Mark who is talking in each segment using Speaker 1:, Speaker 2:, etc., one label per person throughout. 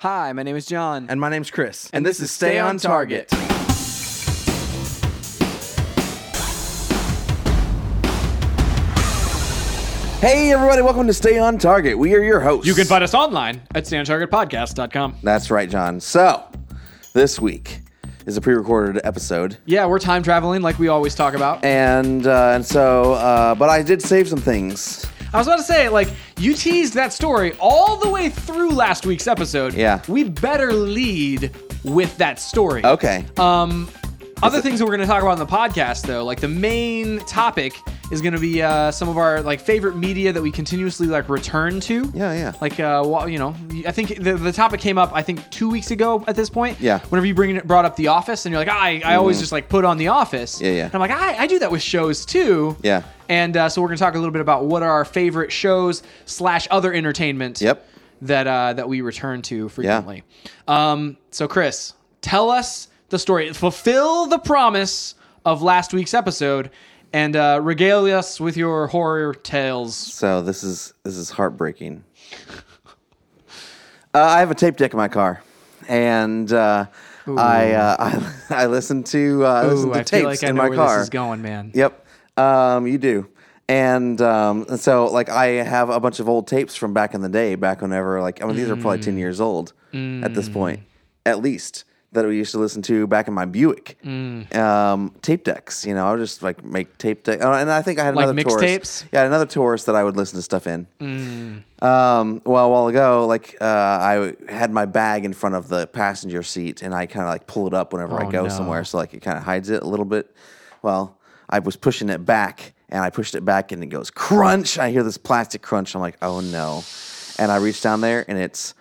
Speaker 1: Hi, my name is John.
Speaker 2: And my name's Chris. And, this, is Stay on Target. Hey, everybody, welcome to Stay on Target. We are your hosts.
Speaker 1: You can find us online at standtargetpodcast.com.
Speaker 2: That's right, John. So, this week is a pre recorded episode.
Speaker 1: Yeah, we're time traveling like we always talk about.
Speaker 2: And, uh, and so, uh, but I did save some things.
Speaker 1: I was about to say, like, you teased that story all the way through last week's episode.
Speaker 2: Yeah.
Speaker 1: We better lead with that story.
Speaker 2: Okay.
Speaker 1: Um, other things that we're going to talk about in the podcast, though, like the main topic is going to be uh, some of our like favorite media that we continuously like return to.
Speaker 2: Yeah, yeah.
Speaker 1: Like, uh, well, you know, I think the, the topic came up I think two weeks ago at this point.
Speaker 2: Yeah. Mm.
Speaker 1: Whenever you bring it, brought up The Office, and you're like, I, I always just like put on The Office.
Speaker 2: Yeah, yeah.
Speaker 1: And I'm like, I, I do that with shows too.
Speaker 2: Yeah.
Speaker 1: And uh, so we're going to talk a little bit about what are our favorite shows slash other entertainment.
Speaker 2: Yep.
Speaker 1: That uh, that we return to frequently. Um, so Chris, tell us the story. Fulfill the promise of last week's episode, and uh, regale us with your horror tales.
Speaker 2: So this is this is heartbreaking. Uh, I have a tape deck in my car, and uh, I, uh, I I listen to uh, I listen
Speaker 1: Ooh,
Speaker 2: to
Speaker 1: I feel
Speaker 2: tapes
Speaker 1: like I
Speaker 2: in
Speaker 1: know
Speaker 2: my
Speaker 1: where
Speaker 2: car.
Speaker 1: this is going, man.
Speaker 2: Yep, um, you do. And um, and so like I have a bunch of old tapes from back in the day, back whenever like I mean these are probably ten years old at
Speaker 1: Mm.
Speaker 2: this point, at least that we used to listen to back in my Buick.
Speaker 1: Mm.
Speaker 2: Um, tape decks, you know, I would just like make tape deck, oh, and I think I had
Speaker 1: Like
Speaker 2: another Taurus.
Speaker 1: mixtapes?
Speaker 2: Yeah, another Taurus that I would listen to stuff in. Um, well, a while ago, like uh, I had my bag in front of the passenger seat, and I kind of like pull it up whenever I
Speaker 1: Oh,
Speaker 2: go
Speaker 1: no.
Speaker 2: somewhere, so like it kind of hides it a little bit. Well, I was pushing it back, and I pushed it back, and it goes crunch. I hear this plastic crunch. I'm like, oh no! And I reach down there, and it's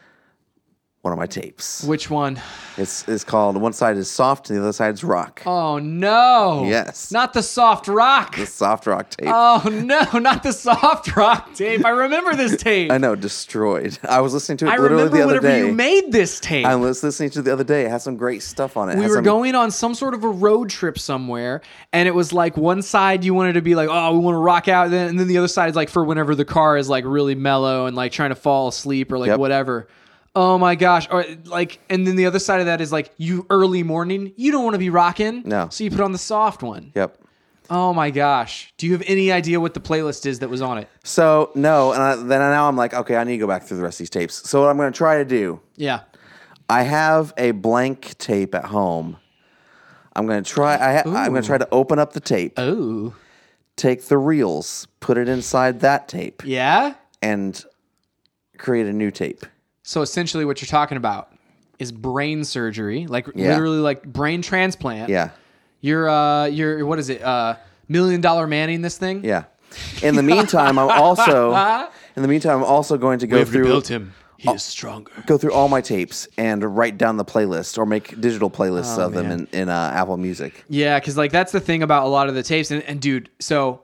Speaker 2: one of my tapes.
Speaker 1: Which one?
Speaker 2: It's it's called one side is soft, and the other side's rock.
Speaker 1: Oh no!
Speaker 2: Yes.
Speaker 1: Not the soft rock.
Speaker 2: The soft rock tape.
Speaker 1: Oh no! Not the soft rock tape. I remember this tape.
Speaker 2: I know, destroyed. I was listening to it
Speaker 1: I
Speaker 2: literally
Speaker 1: remember
Speaker 2: the other
Speaker 1: whenever
Speaker 2: day.
Speaker 1: you made this tape.
Speaker 2: I was listening to it the other day. It has some great stuff on it. It
Speaker 1: we
Speaker 2: has
Speaker 1: were
Speaker 2: some-
Speaker 1: going on some sort of a road trip somewhere, and it was like one side you wanted to be like, oh, we want to rock out, then- and then the other side is like for whenever the car is like really mellow and like trying to fall asleep or like
Speaker 2: Yep.
Speaker 1: whatever. Oh my gosh! Or like, and then the other side of that is like you early morning. You don't want to be rocking,
Speaker 2: No.
Speaker 1: So you put on the soft one.
Speaker 2: Yep.
Speaker 1: Oh my gosh! Do you have any idea what the playlist is that was on it?
Speaker 2: So no, and I, then now I'm like, okay, I need to go back through the rest of these tapes. So what I'm going to try to do,
Speaker 1: Yeah.
Speaker 2: I have a blank tape at home. I'm going to try. I ha- I'm going to try to open up the tape,
Speaker 1: Oh.
Speaker 2: take the reels, put it inside that tape,
Speaker 1: Yeah.
Speaker 2: and create a new tape.
Speaker 1: So essentially, what you're talking about is brain surgery, like
Speaker 2: Yeah.
Speaker 1: literally like brain transplant.
Speaker 2: Yeah,
Speaker 1: You're uh you're what is it? Uh million dollar manning this thing?
Speaker 2: yeah. In the meantime, I'm also in the meantime I'm also going to go through Oh.
Speaker 1: him. He is stronger.
Speaker 2: go through all my tapes and write down the playlist or make digital playlists of them in, in uh, Apple Music.
Speaker 1: Yeah, because like that's the thing about a lot of the tapes and, and dude, so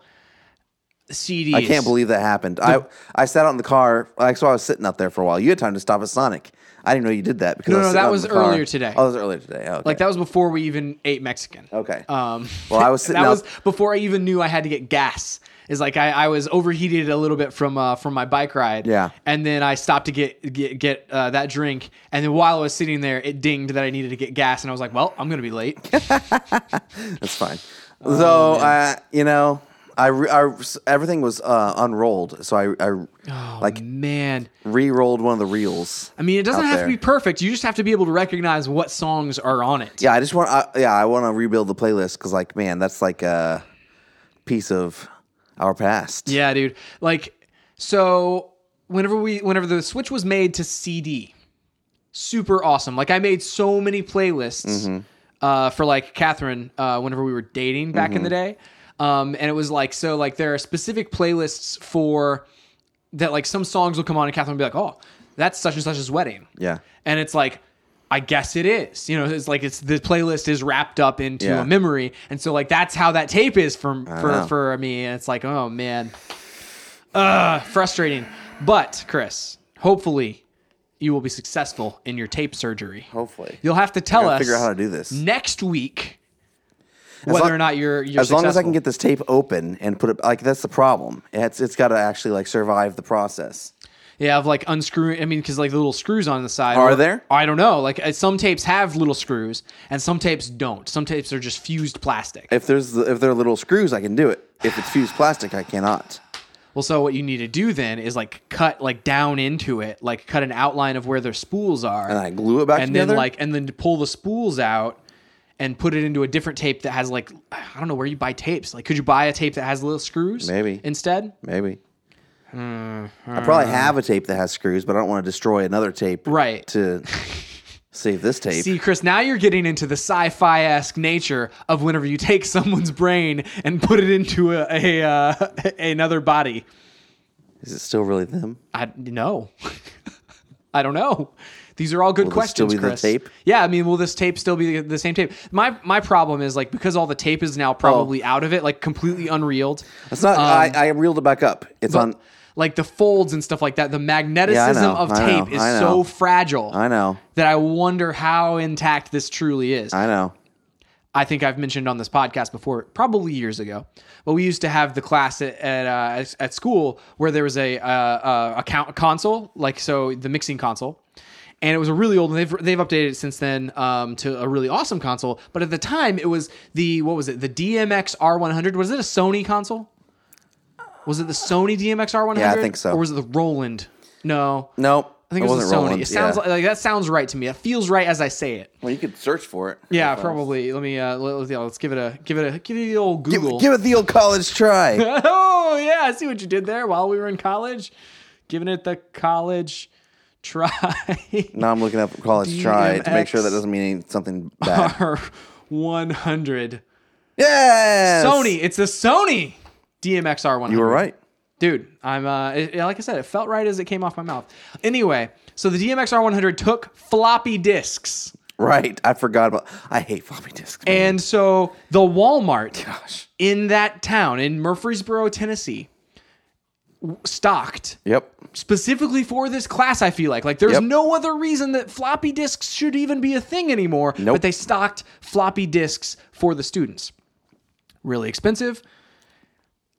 Speaker 1: CDs.
Speaker 2: I can't believe that happened. I I sat out in the car. Like, so I was sitting out there for a while. You had time to stop at Sonic. I didn't know you did that because
Speaker 1: No,
Speaker 2: I was
Speaker 1: no, that was
Speaker 2: sitting out in the
Speaker 1: earlier
Speaker 2: car.
Speaker 1: today.
Speaker 2: Oh, that was earlier today. Oh, okay.
Speaker 1: like that was before we even ate Mexican.
Speaker 2: Okay.
Speaker 1: Um
Speaker 2: Well, I was sitting
Speaker 1: that
Speaker 2: out-
Speaker 1: was before I even knew I had to get gas. Is like I, I was overheated a little bit from uh, from my bike ride.
Speaker 2: Yeah.
Speaker 1: And then I stopped to get get, get uh, that drink, and then while I was sitting there, it dinged that I needed to get gas, and I was like, "Well, I'm gonna be late."
Speaker 2: That's fine.
Speaker 1: Oh,
Speaker 2: so I, you know, I, re- I everything was uh, unrolled. So I, I like
Speaker 1: Oh, Man,
Speaker 2: re-rolled one of the reels.
Speaker 1: I mean, it doesn't
Speaker 2: out
Speaker 1: have
Speaker 2: there.
Speaker 1: to be perfect. You just have to be able to recognize what songs are on it.
Speaker 2: Yeah, I just want. I, yeah, I want to rebuild the playlist because, like, man, that's like a piece of our past.
Speaker 1: Yeah, dude. Like, so whenever we, whenever the switch was made to CD, super awesome. Like, I made so many playlists
Speaker 2: Mm-hmm.
Speaker 1: uh, for like Catherine uh, whenever we were dating back in the
Speaker 2: Mm-hmm.
Speaker 1: day, um, and it was like so like there are specific playlists for that like some songs will come on and Catherine will be like, oh, that's such and such's wedding.
Speaker 2: Yeah.
Speaker 1: and it's like I guess it is. You know, it's like it's the playlist is wrapped up into
Speaker 2: Yeah.
Speaker 1: a memory, and so like that's how that tape is for
Speaker 2: know.
Speaker 1: for, for me. And it's like, oh man, Ugh, frustrating. But Chris, hopefully, you will be successful in your tape surgery.
Speaker 2: Hopefully,
Speaker 1: You'll have to tell
Speaker 2: gotta
Speaker 1: us
Speaker 2: figure out how to do this.
Speaker 1: next week whether
Speaker 2: long-
Speaker 1: or not you're you're
Speaker 2: as long as I
Speaker 1: successful.
Speaker 2: can get this tape open and put it like that's the problem. It's it's got to actually like survive the process.
Speaker 1: Yeah, of like unscrew. I mean, because like the little screws on the side
Speaker 2: Are there?
Speaker 1: I don't know. Like uh, some tapes have little screws, and some tapes don't. Some tapes are just fused plastic.
Speaker 2: If there's the, if there are little screws, I can do it. If it's fused plastic, I cannot.
Speaker 1: Well, so what you need to do then is like cut like down into it, like cut an outline of where their spools are,
Speaker 2: And I glue it back
Speaker 1: and
Speaker 2: together.
Speaker 1: then like and then to pull the spools out and put it into a different tape that has like I don't know where you buy tapes. Like, could you buy a tape that has little screws?
Speaker 2: Maybe.
Speaker 1: instead.
Speaker 2: maybe.
Speaker 1: Mm-hmm.
Speaker 2: I probably have a tape that has screws, but I don't want to destroy another tape.
Speaker 1: Right.
Speaker 2: To save this tape.
Speaker 1: See, Chris, now you're getting into the sci-fi esque nature of whenever you take someone's brain and put it into a, a uh, another body.
Speaker 2: Is it still really them?
Speaker 1: I no, I don't know. These are all good
Speaker 2: this still
Speaker 1: questions,
Speaker 2: be the
Speaker 1: Chris.
Speaker 2: tape?
Speaker 1: Yeah, I mean, will this tape still be the, the same tape? My my problem is like because all the tape is now
Speaker 2: Oh.
Speaker 1: probably out of it, like completely unreeled.
Speaker 2: It's not.
Speaker 1: um,
Speaker 2: I, I reeled it back up. It's on.
Speaker 1: Like the folds and stuff like that. The magnetism
Speaker 2: know,
Speaker 1: of
Speaker 2: I
Speaker 1: tape
Speaker 2: know,
Speaker 1: is
Speaker 2: I
Speaker 1: so
Speaker 2: know.
Speaker 1: fragile
Speaker 2: I know.
Speaker 1: that I wonder how intact this truly is.
Speaker 2: I know.
Speaker 1: I think I've mentioned on this podcast before, probably years ago, but we used to have the class at at, uh, at- at school where there was a uh, uh, a count console, like so the mixing console, and it was a really old. And they've they've updated it since then um, to a really awesome console. But at the time, it was the what was it? The DMX R100 was it a Sony console? Was it the Sony DMX R100?
Speaker 2: Yeah, I think so.
Speaker 1: Or was it the Roland? No,
Speaker 2: Nope.
Speaker 1: I think it, was
Speaker 2: wasn't
Speaker 1: the Sony.
Speaker 2: Roland,
Speaker 1: It sounds
Speaker 2: yeah.
Speaker 1: like, like that sounds right to me. It feels right as I say it.
Speaker 2: Well, you could search for it.
Speaker 1: Yeah,
Speaker 2: If I-
Speaker 1: probably. Let me. Uh, let, us give it a give it a give it the old Google.
Speaker 2: Give it the old college try.
Speaker 1: oh yeah, I see what you did there. While we were in college, giving it the college try.
Speaker 2: now I'm looking up college try to make sure that
Speaker 1: DMX.
Speaker 2: doesn't mean something bad.
Speaker 1: One hundred.
Speaker 2: yes.
Speaker 1: Sony. It's the Sony DMXR one.
Speaker 2: You were right.
Speaker 1: dude i'm uh it- like i said it felt right as it came off my mouth anyway so the dmxr 100 took floppy disks
Speaker 2: Right. I forgot about. I hate floppy disks. man.
Speaker 1: and so the walmart
Speaker 2: Gosh.
Speaker 1: in that town in murfreesboro tennessee w- stocked
Speaker 2: Yep.
Speaker 1: specifically for this class i feel like like there's
Speaker 2: Yep.
Speaker 1: no other reason that floppy disks should even be a thing anymore
Speaker 2: Nope.
Speaker 1: but they stocked floppy disks for the students really expensive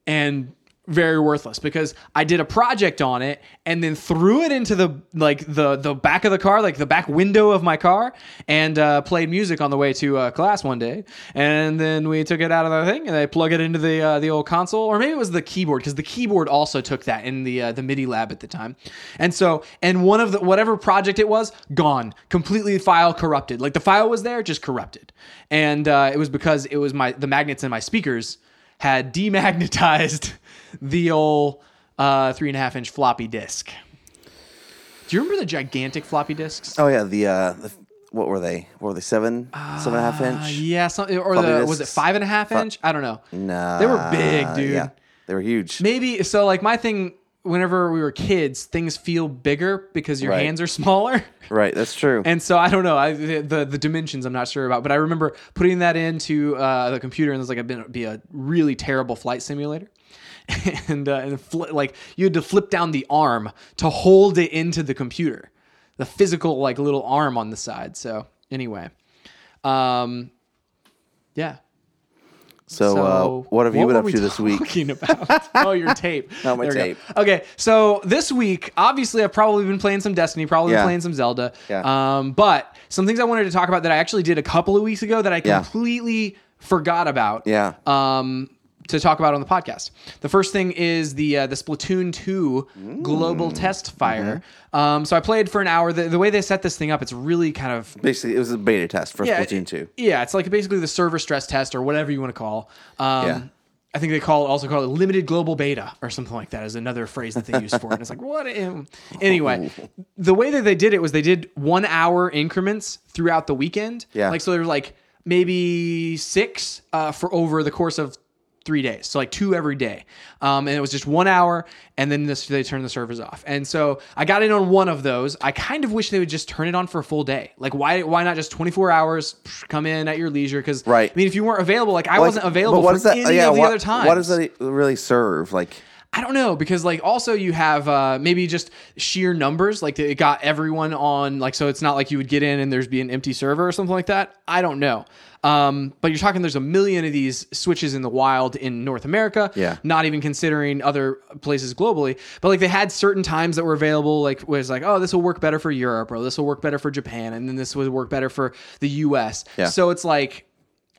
Speaker 1: and very worthless because i did a project on it and then threw it into the like the the back of the car like the back window of my car and uh, played music on the way to uh, class one day and then we took it out of the thing and i plug it into the uh, the old console or maybe it was the keyboard because the keyboard also took that in the uh, the midi lab at the time and so and one of the whatever project it was gone completely file corrupted like the file was there just corrupted and uh, it was because it was my the magnets in my speakers had demagnetized the old uh, three and a half inch floppy disk. Do you remember the gigantic floppy disks?
Speaker 2: Oh yeah. The uh, the, what were they? What were they? Seven, seven and a half
Speaker 1: Uh,
Speaker 2: inch.
Speaker 1: yeah, something or
Speaker 2: Floppy
Speaker 1: the was it
Speaker 2: disks.
Speaker 1: five and a half inch? I don't know.
Speaker 2: Nah.
Speaker 1: they were big, dude.
Speaker 2: Yeah. They were huge.
Speaker 1: Maybe so. Like my thing, whenever we were kids, things feel bigger because your
Speaker 2: Right.
Speaker 1: hands are smaller.
Speaker 2: Right. That's true.
Speaker 1: And so I don't know I, the, the the dimensions I'm not sure about, but I remember putting that into uh, the computer and it was like a be a really terrible flight simulator, and uh, and fl- like you had to flip down the arm to hold it into the computer, the physical like little arm on the side. So anyway, um, yeah.
Speaker 2: so, uh, what have you been
Speaker 1: were
Speaker 2: up
Speaker 1: we
Speaker 2: to this week?
Speaker 1: Talking about oh your tape,
Speaker 2: Not my
Speaker 1: There we go.
Speaker 2: tape.
Speaker 1: Okay, so this week, obviously, I've probably been playing some Destiny, probably been
Speaker 2: Yeah.
Speaker 1: playing some Zelda.
Speaker 2: Yeah.
Speaker 1: Um, but some things I wanted to talk about that I actually did a couple of weeks ago that I
Speaker 2: Yeah.
Speaker 1: completely forgot about.
Speaker 2: Yeah.
Speaker 1: Um, to talk about on the podcast. The first thing is the uh, the Splatoon 2 global
Speaker 2: Mm. Mm-hmm.
Speaker 1: test fire. Um, so I played for an hour. The, the way they set this thing up, it's really kind of
Speaker 2: Basically, it was a beta test for
Speaker 1: yeah,
Speaker 2: Splatoon
Speaker 1: it-
Speaker 2: two.
Speaker 1: Yeah, it's like basically the server stress test or whatever you want to call. Um,
Speaker 2: Yeah.
Speaker 1: I think they call it also call it limited global beta or something like that is another phrase that they use for it. And it's like what? am- Anyway, the way that they did it was they did one hour increments throughout the weekend.
Speaker 2: Yeah.
Speaker 1: like so there were like maybe six uh, for over the course of three days so like two every day um, and it was just one hour and then this, they turned the servers off and so i got in on one of those i kind of wish they would just turn it on for a full day like why why not just 24 hours psh, come in at your leisure because
Speaker 2: Right.
Speaker 1: i mean if you weren't available like i
Speaker 2: Like,
Speaker 1: wasn't available
Speaker 2: but what
Speaker 1: for
Speaker 2: does that-
Speaker 1: any
Speaker 2: yeah,
Speaker 1: of the
Speaker 2: what-
Speaker 1: other times
Speaker 2: What does that really serve? Like,
Speaker 1: I don't know because like also you have uh, maybe just sheer numbers like it got everyone on like so it's not like you would get in and there's be an empty server or something like that. I don't know. Um, but you're talking there's a million of these switches in the wild in North America.
Speaker 2: Yeah.
Speaker 1: Not even considering other places globally. But like they had certain times that were available like was like oh this will work better for Europe or this will work better for Japan and then this would work better for the U.S.
Speaker 2: Yeah.
Speaker 1: So it's like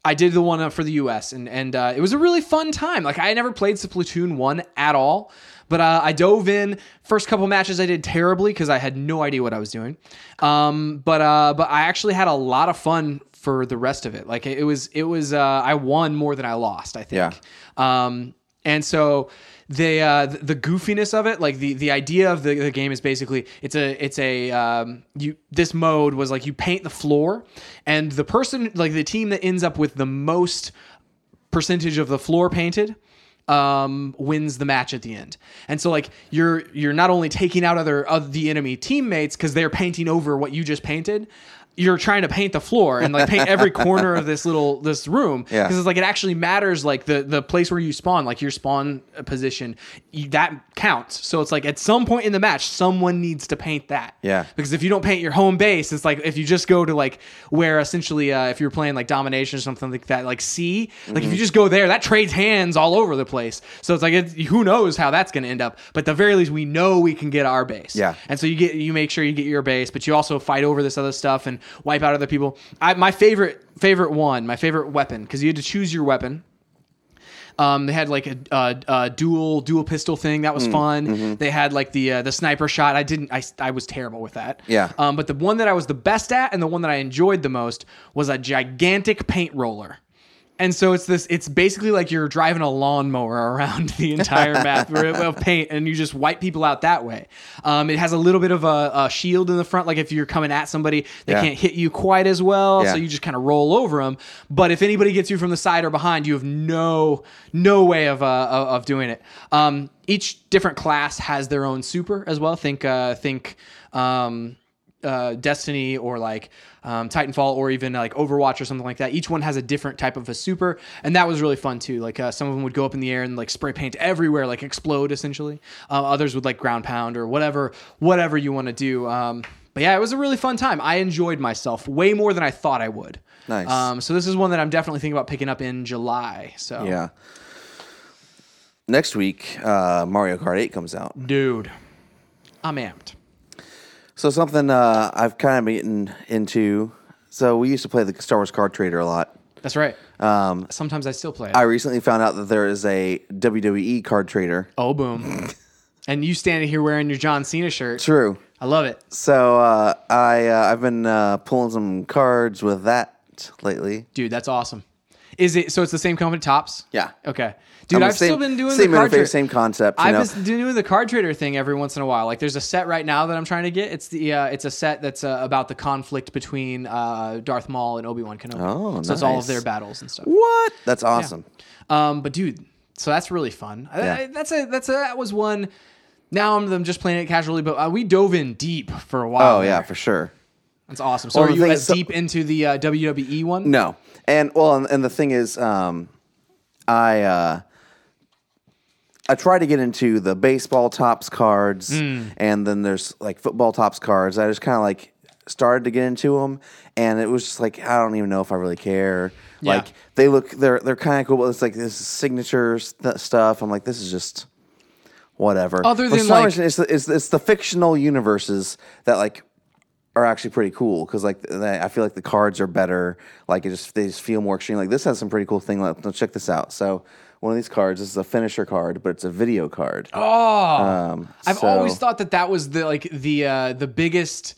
Speaker 1: I did the one up for the U.S. and and uh, it was a really fun time. Like I never played Splatoon one at all, but uh, I dove in. First couple matches I did terribly because I had no idea what I was doing. Um, but uh, but I actually had a lot of fun for the rest of it. Like it, it was it was uh, I won more than I lost. I think.
Speaker 2: Yeah.
Speaker 1: Um, and so they uh, th- the goofiness of it, like the the idea of the, the game is basically it's a it's a um, you this mode was like you paint the floor, and the person like the team that ends up with the most percentage of the floor painted um wins the match at the end and so like you're you're not only taking out other of the enemy teammates because they're painting over what you just painted you're trying to paint the floor and like paint every corner of this little this room
Speaker 2: Yeah.
Speaker 1: because it's like it actually matters like the the place where you spawn like your spawn position you, that counts so it's like at some point in the match someone needs to paint that
Speaker 2: Yeah.
Speaker 1: because if you don't paint your home base, it's like if you just go to like where essentially uh, if you're playing like domination or something like that, like C, like if you just go there, that trades hands all over the place. So it's like it, who knows how that's going to end up. But at the very least, we know we can get our base.
Speaker 2: Yeah.
Speaker 1: And so you get you make sure you get your base, but you also fight over this other stuff and wipe out other people. I, my favorite favorite one, my favorite weapon, because you had to choose your weapon. Um, they had like a, uh uh dual dual pistol thing that
Speaker 2: Hmm.
Speaker 1: was fun.
Speaker 2: Mm-hmm.
Speaker 1: They had like the uh, the sniper shot. I didn't. I, I was terrible with that.
Speaker 2: Yeah.
Speaker 1: Um, but the one that I was the best at and the one that I enjoyed the most was a gigantic paint roller. And so it's this. It's basically like you're driving a lawnmower around the entire map of paint, and you just wipe people out that way. Um, it has a little bit of a, a shield in the front, like if you're coming at somebody, they
Speaker 2: Yeah.
Speaker 1: can't hit you quite as well,
Speaker 2: Yeah.
Speaker 1: so you just kind of roll over them. But if anybody gets you from the side or behind, you have no no way of uh, of of doing it. Um, each different class has their own super as well. Think uh, think um, uh, Destiny or like um, Titanfall or even like Overwatch or something like that. Each one has a different type of a super, and that was really fun too. Like uh, some of them would go up in the air and like spray paint everywhere, like explode essentially. Uh, others would like ground pound or whatever whatever you want to do. Um, but yeah, it was a really fun time. I enjoyed myself way more than I thought I would.
Speaker 2: Nice.
Speaker 1: Um, so this is one that I'm definitely thinking about picking up in July. So
Speaker 2: Yeah. Next week, uh, Mario Kart 8 comes out.
Speaker 1: dude, I'm amped.
Speaker 2: So something uh, I've kind of been into. So we used to play the Star Wars Card Trader a lot.
Speaker 1: That's right.
Speaker 2: Um,
Speaker 1: Sometimes I still play it.
Speaker 2: I recently found out that there is a WWE Card Trader.
Speaker 1: oh boom. and you standing here wearing your John Cena shirt.
Speaker 2: True.
Speaker 1: I love it.
Speaker 2: So uh, I uh, I've been uh, pulling some cards with that lately.
Speaker 1: Dude, that's awesome. Is it so it's the same company, Tops?
Speaker 2: Yeah.
Speaker 1: Okay. Dude,
Speaker 2: I'm
Speaker 1: I've
Speaker 2: the same-
Speaker 1: still been doing
Speaker 2: same
Speaker 1: the card
Speaker 2: interface,
Speaker 1: trader.
Speaker 2: same concept. You
Speaker 1: I've
Speaker 2: know?
Speaker 1: been doing the card trader thing every once in a while. Like there's a set right now that I'm trying to get. It's the uh, it's a set that's uh, about the conflict between uh, Darth Maul and Obi-Wan Kenobi.
Speaker 2: Oh,
Speaker 1: So it's all of
Speaker 2: nice.
Speaker 1: their battles and stuff.
Speaker 2: what? That's awesome.
Speaker 1: Um, but dude, so that's really fun. I- I, that's a that's a, that was one. Now I'm, I'm just playing it casually, but uh, we dove in deep for a while.
Speaker 2: Oh yeah,
Speaker 1: there.
Speaker 2: for sure.
Speaker 1: that's awesome. So
Speaker 2: Well,
Speaker 1: are
Speaker 2: the
Speaker 1: you
Speaker 2: thing
Speaker 1: as
Speaker 2: is, so-
Speaker 1: deep into the uh, WWE one?
Speaker 2: No, and well, and, and the thing is, um, I uh, I try to get into the baseball tops cards,
Speaker 1: Hmm.
Speaker 2: and then there's like football tops cards. I just kind of like started to get into them, and it was just like I don't even know if I really care.
Speaker 1: Yeah.
Speaker 2: Like they look, they're they're kind of cool, but it's like this is signature st- stuff. I'm like, this is just whatever.
Speaker 1: Other
Speaker 2: For
Speaker 1: than,
Speaker 2: some
Speaker 1: like-
Speaker 2: reason, it's, the- it's it's the fictional universes that like are actually pretty cool because like th- I feel like the cards are better. Like it just they just feel more extreme. Like this has some pretty cool thing. Let, let's check this out. So one of these cards. This is a finisher card, but it's a video card.
Speaker 1: Oh,
Speaker 2: um,
Speaker 1: I've
Speaker 2: so-
Speaker 1: always thought that that was the like the uh, the biggest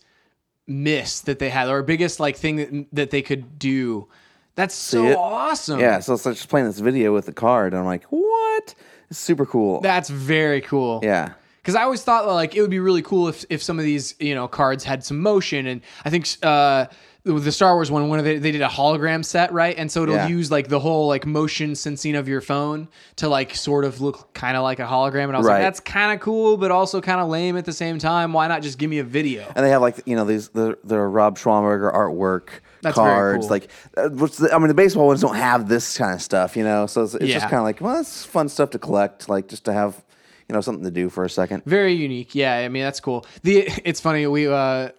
Speaker 1: miss that they had, or biggest like thing that, that they could do. That's so
Speaker 2: it?
Speaker 1: awesome.
Speaker 2: Yeah, so it's like just playing this video with the card. And I'm like, what? It's super cool.
Speaker 1: that's very cool.
Speaker 2: yeah,
Speaker 1: Because I always thought like it would be really cool if if some of these you know cards had some motion, and I think uh, the Star Wars one, one of the, they did a hologram set, right? And so it'll
Speaker 2: Yeah.
Speaker 1: use like the whole like motion sensing of your phone to like sort of look kind of like a hologram. And I was like,
Speaker 2: Right.
Speaker 1: that's kind of cool, but also kind of lame at the same time. Why not just give me a video?
Speaker 2: and they have like you know these the the Rob Schwamberger artwork.
Speaker 1: That's very
Speaker 2: cards
Speaker 1: cool.
Speaker 2: like uh, what's the, I mean the baseball ones don't have this kind of stuff you know so it's, it's
Speaker 1: Yeah.
Speaker 2: just kind of like well that's fun stuff to collect like just to have you know something to do for a second.
Speaker 1: Very unique. Yeah, I mean that's cool. The it's funny we uh,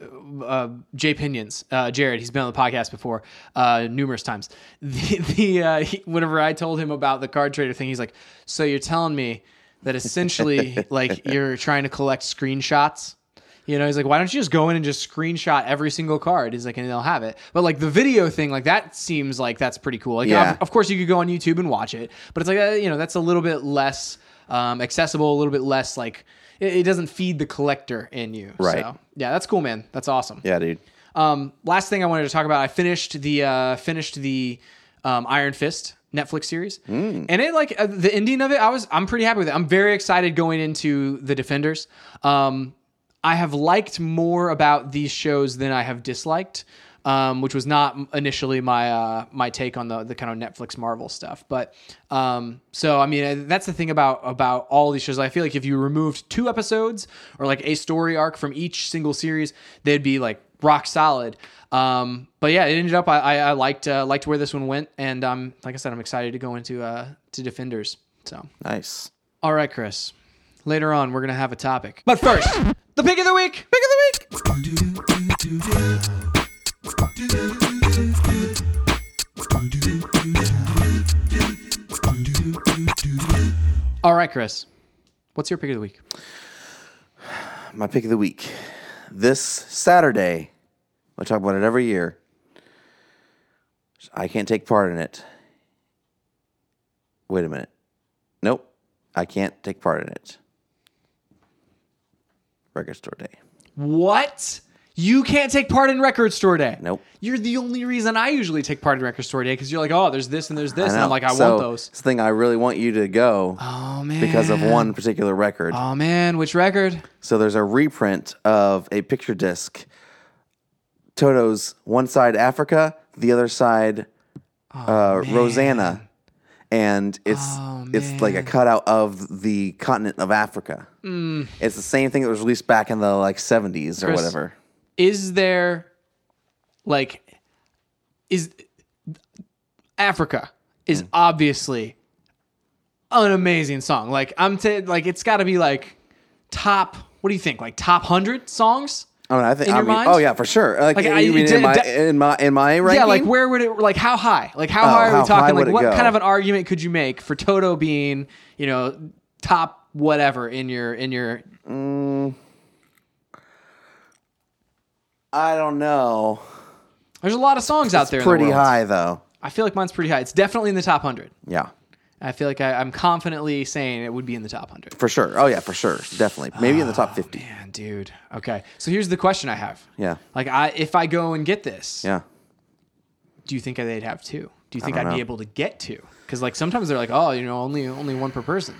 Speaker 1: uh Jay Pinions, uh Jared, he's been on the podcast before uh numerous times. The the uh he, whenever I told him about the card trader thing, he's like, "So you're telling me that essentially like you're trying to collect screenshots?" You know, he's like, "Why don't you just go in and just screenshot every single card?" He's like, "And they'll have it." But like the video thing, like that seems like that's pretty cool. Like
Speaker 2: Yeah.
Speaker 1: of, of course you could go on YouTube and watch it, but it's like uh, you know that's a little bit less um, accessible, a little bit less like it, it doesn't feed the collector in you.
Speaker 2: Right.
Speaker 1: So, yeah, that's cool, man. That's awesome.
Speaker 2: Yeah, dude.
Speaker 1: Um, last thing I wanted to talk about, I finished the uh, finished the um, Iron Fist Netflix series, and it like uh, the ending of it, I was I'm pretty happy with it. I'm very excited going into the Defenders. Um, I have liked more about these shows than I have disliked. Um, which was not initially my uh, my take on the the kind of Netflix Marvel stuff, but um, so I mean uh, that's the thing about about all these shows. I feel like if you removed two episodes or like a story arc from each single series, they'd be like rock solid. Um, but yeah, it ended up I, I, I liked uh, liked where this one went, and um, like I said, I'm excited to go into uh, to Defenders. So
Speaker 2: Nice.
Speaker 1: all right, Chris. Later on, we're gonna have a topic, but first, the pick of the week. Pick of the week. All right, Chris. What's your pick of the week?
Speaker 2: My pick of the week. This Saturday, I talk about it every year. I can't take part in it. Wait a minute. Nope. I can't take part in it. Record store day.
Speaker 1: What? You can't take part in Record Store Day.
Speaker 2: Nope.
Speaker 1: You're the only reason I usually take part in Record Store Day because you're like, oh, there's this and there's this, and I'm like, I
Speaker 2: So,
Speaker 1: want those.
Speaker 2: It's the thing I really want you to go
Speaker 1: Oh man.
Speaker 2: because of one particular record.
Speaker 1: Oh man, which record?
Speaker 2: So there's a reprint of a picture disc. Toto's one side Africa, the other side
Speaker 1: Oh,
Speaker 2: uh, Rosanna, and it's
Speaker 1: Oh,
Speaker 2: it's like a cutout of the continent of Africa. It's the same thing that was released back in the like 70s
Speaker 1: Mm.
Speaker 2: or
Speaker 1: Chris.
Speaker 2: whatever.
Speaker 1: Is there, like, is Africa is
Speaker 2: Hmm.
Speaker 1: obviously an amazing song. Like I'm t- like it's got to be like top. What do you think? Like top hundred songs?
Speaker 2: I mean, I think.
Speaker 1: In
Speaker 2: I
Speaker 1: your
Speaker 2: mean,
Speaker 1: mind?
Speaker 2: oh yeah, for sure. Like,
Speaker 1: Like,
Speaker 2: you
Speaker 1: I-
Speaker 2: mean
Speaker 1: d-
Speaker 2: in my
Speaker 1: d-
Speaker 2: in my in my ranking?
Speaker 1: Yeah, like where would it like how high? Like how high are
Speaker 2: Oh,
Speaker 1: we
Speaker 2: how high
Speaker 1: talking?
Speaker 2: would
Speaker 1: Like
Speaker 2: it
Speaker 1: what
Speaker 2: go?
Speaker 1: kind of an argument could you make for Toto being, you know, top whatever in your in your
Speaker 2: I don't know.
Speaker 1: There's a lot of songs out there. in the
Speaker 2: Pretty
Speaker 1: world.
Speaker 2: high though.
Speaker 1: I feel like mine's pretty high. It's definitely in the top 100.
Speaker 2: Yeah,
Speaker 1: I feel like I, I'm confidently saying it would be in the top 100.
Speaker 2: for sure. Oh yeah, for sure. Definitely. Maybe in the top 50.
Speaker 1: Oh, Man, dude. Okay. So here's the question I have.
Speaker 2: Yeah.
Speaker 1: Like, I if I go and get this,
Speaker 2: Yeah.
Speaker 1: do you think they'd have two? Do you think I'd
Speaker 2: don't
Speaker 1: be
Speaker 2: know.
Speaker 1: able to get two? Because like sometimes they're like, oh, you know, only only one per person.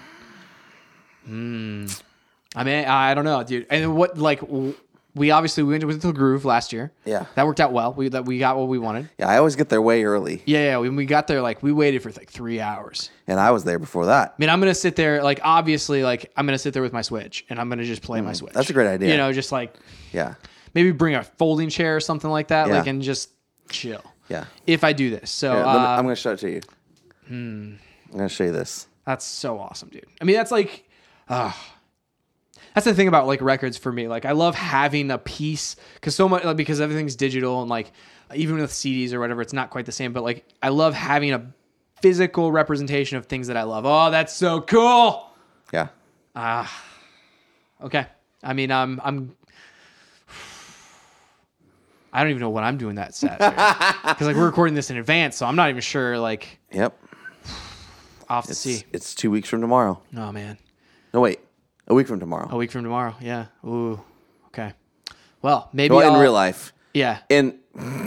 Speaker 1: Hmm. I mean, I don't know, dude. And what like w- we obviously we went with the groove last year.
Speaker 2: Yeah.
Speaker 1: that worked out well. We that we got what we wanted.
Speaker 2: Yeah, I always get there way early,
Speaker 1: Yeah, yeah. When we got there, like we waited for like three hours.
Speaker 2: and I was there before that.
Speaker 1: I mean, I'm gonna sit there, like obviously, like I'm gonna sit there with my Switch and I'm gonna just play my Switch.
Speaker 2: Hmm. That's a great idea.
Speaker 1: You know, just like
Speaker 2: Yeah,
Speaker 1: maybe bring a folding chair or something like that,
Speaker 2: Yeah.
Speaker 1: like and just chill.
Speaker 2: yeah.
Speaker 1: If I do this, so
Speaker 2: Here, let me-
Speaker 1: uh, Hmm.
Speaker 2: I'm gonna show it to you. I'm gonna show you this.
Speaker 1: That's so awesome, dude. I mean, that's like, ah, that's the thing about like records for me. Like, I love having a piece because so much like, because everything's digital and like even with CDs or whatever, it's not quite the same. But like, I love having a physical representation of things that I love. Oh, that's so cool.
Speaker 2: Yeah,
Speaker 1: Okay, I mean, I'm I'm. I don't even know what I'm doing that Saturday because like we're recording this in advance, so I'm not even sure. Like,
Speaker 2: yep.
Speaker 1: I'll have to see.
Speaker 2: It's two weeks from tomorrow.
Speaker 1: Oh man.
Speaker 2: No, wait, a week from
Speaker 1: A
Speaker 2: tomorrow.
Speaker 1: week from tomorrow. Yeah. Ooh. Okay. Well, maybe
Speaker 2: Well, in
Speaker 1: I'll-
Speaker 2: real life,
Speaker 1: Yeah.
Speaker 2: in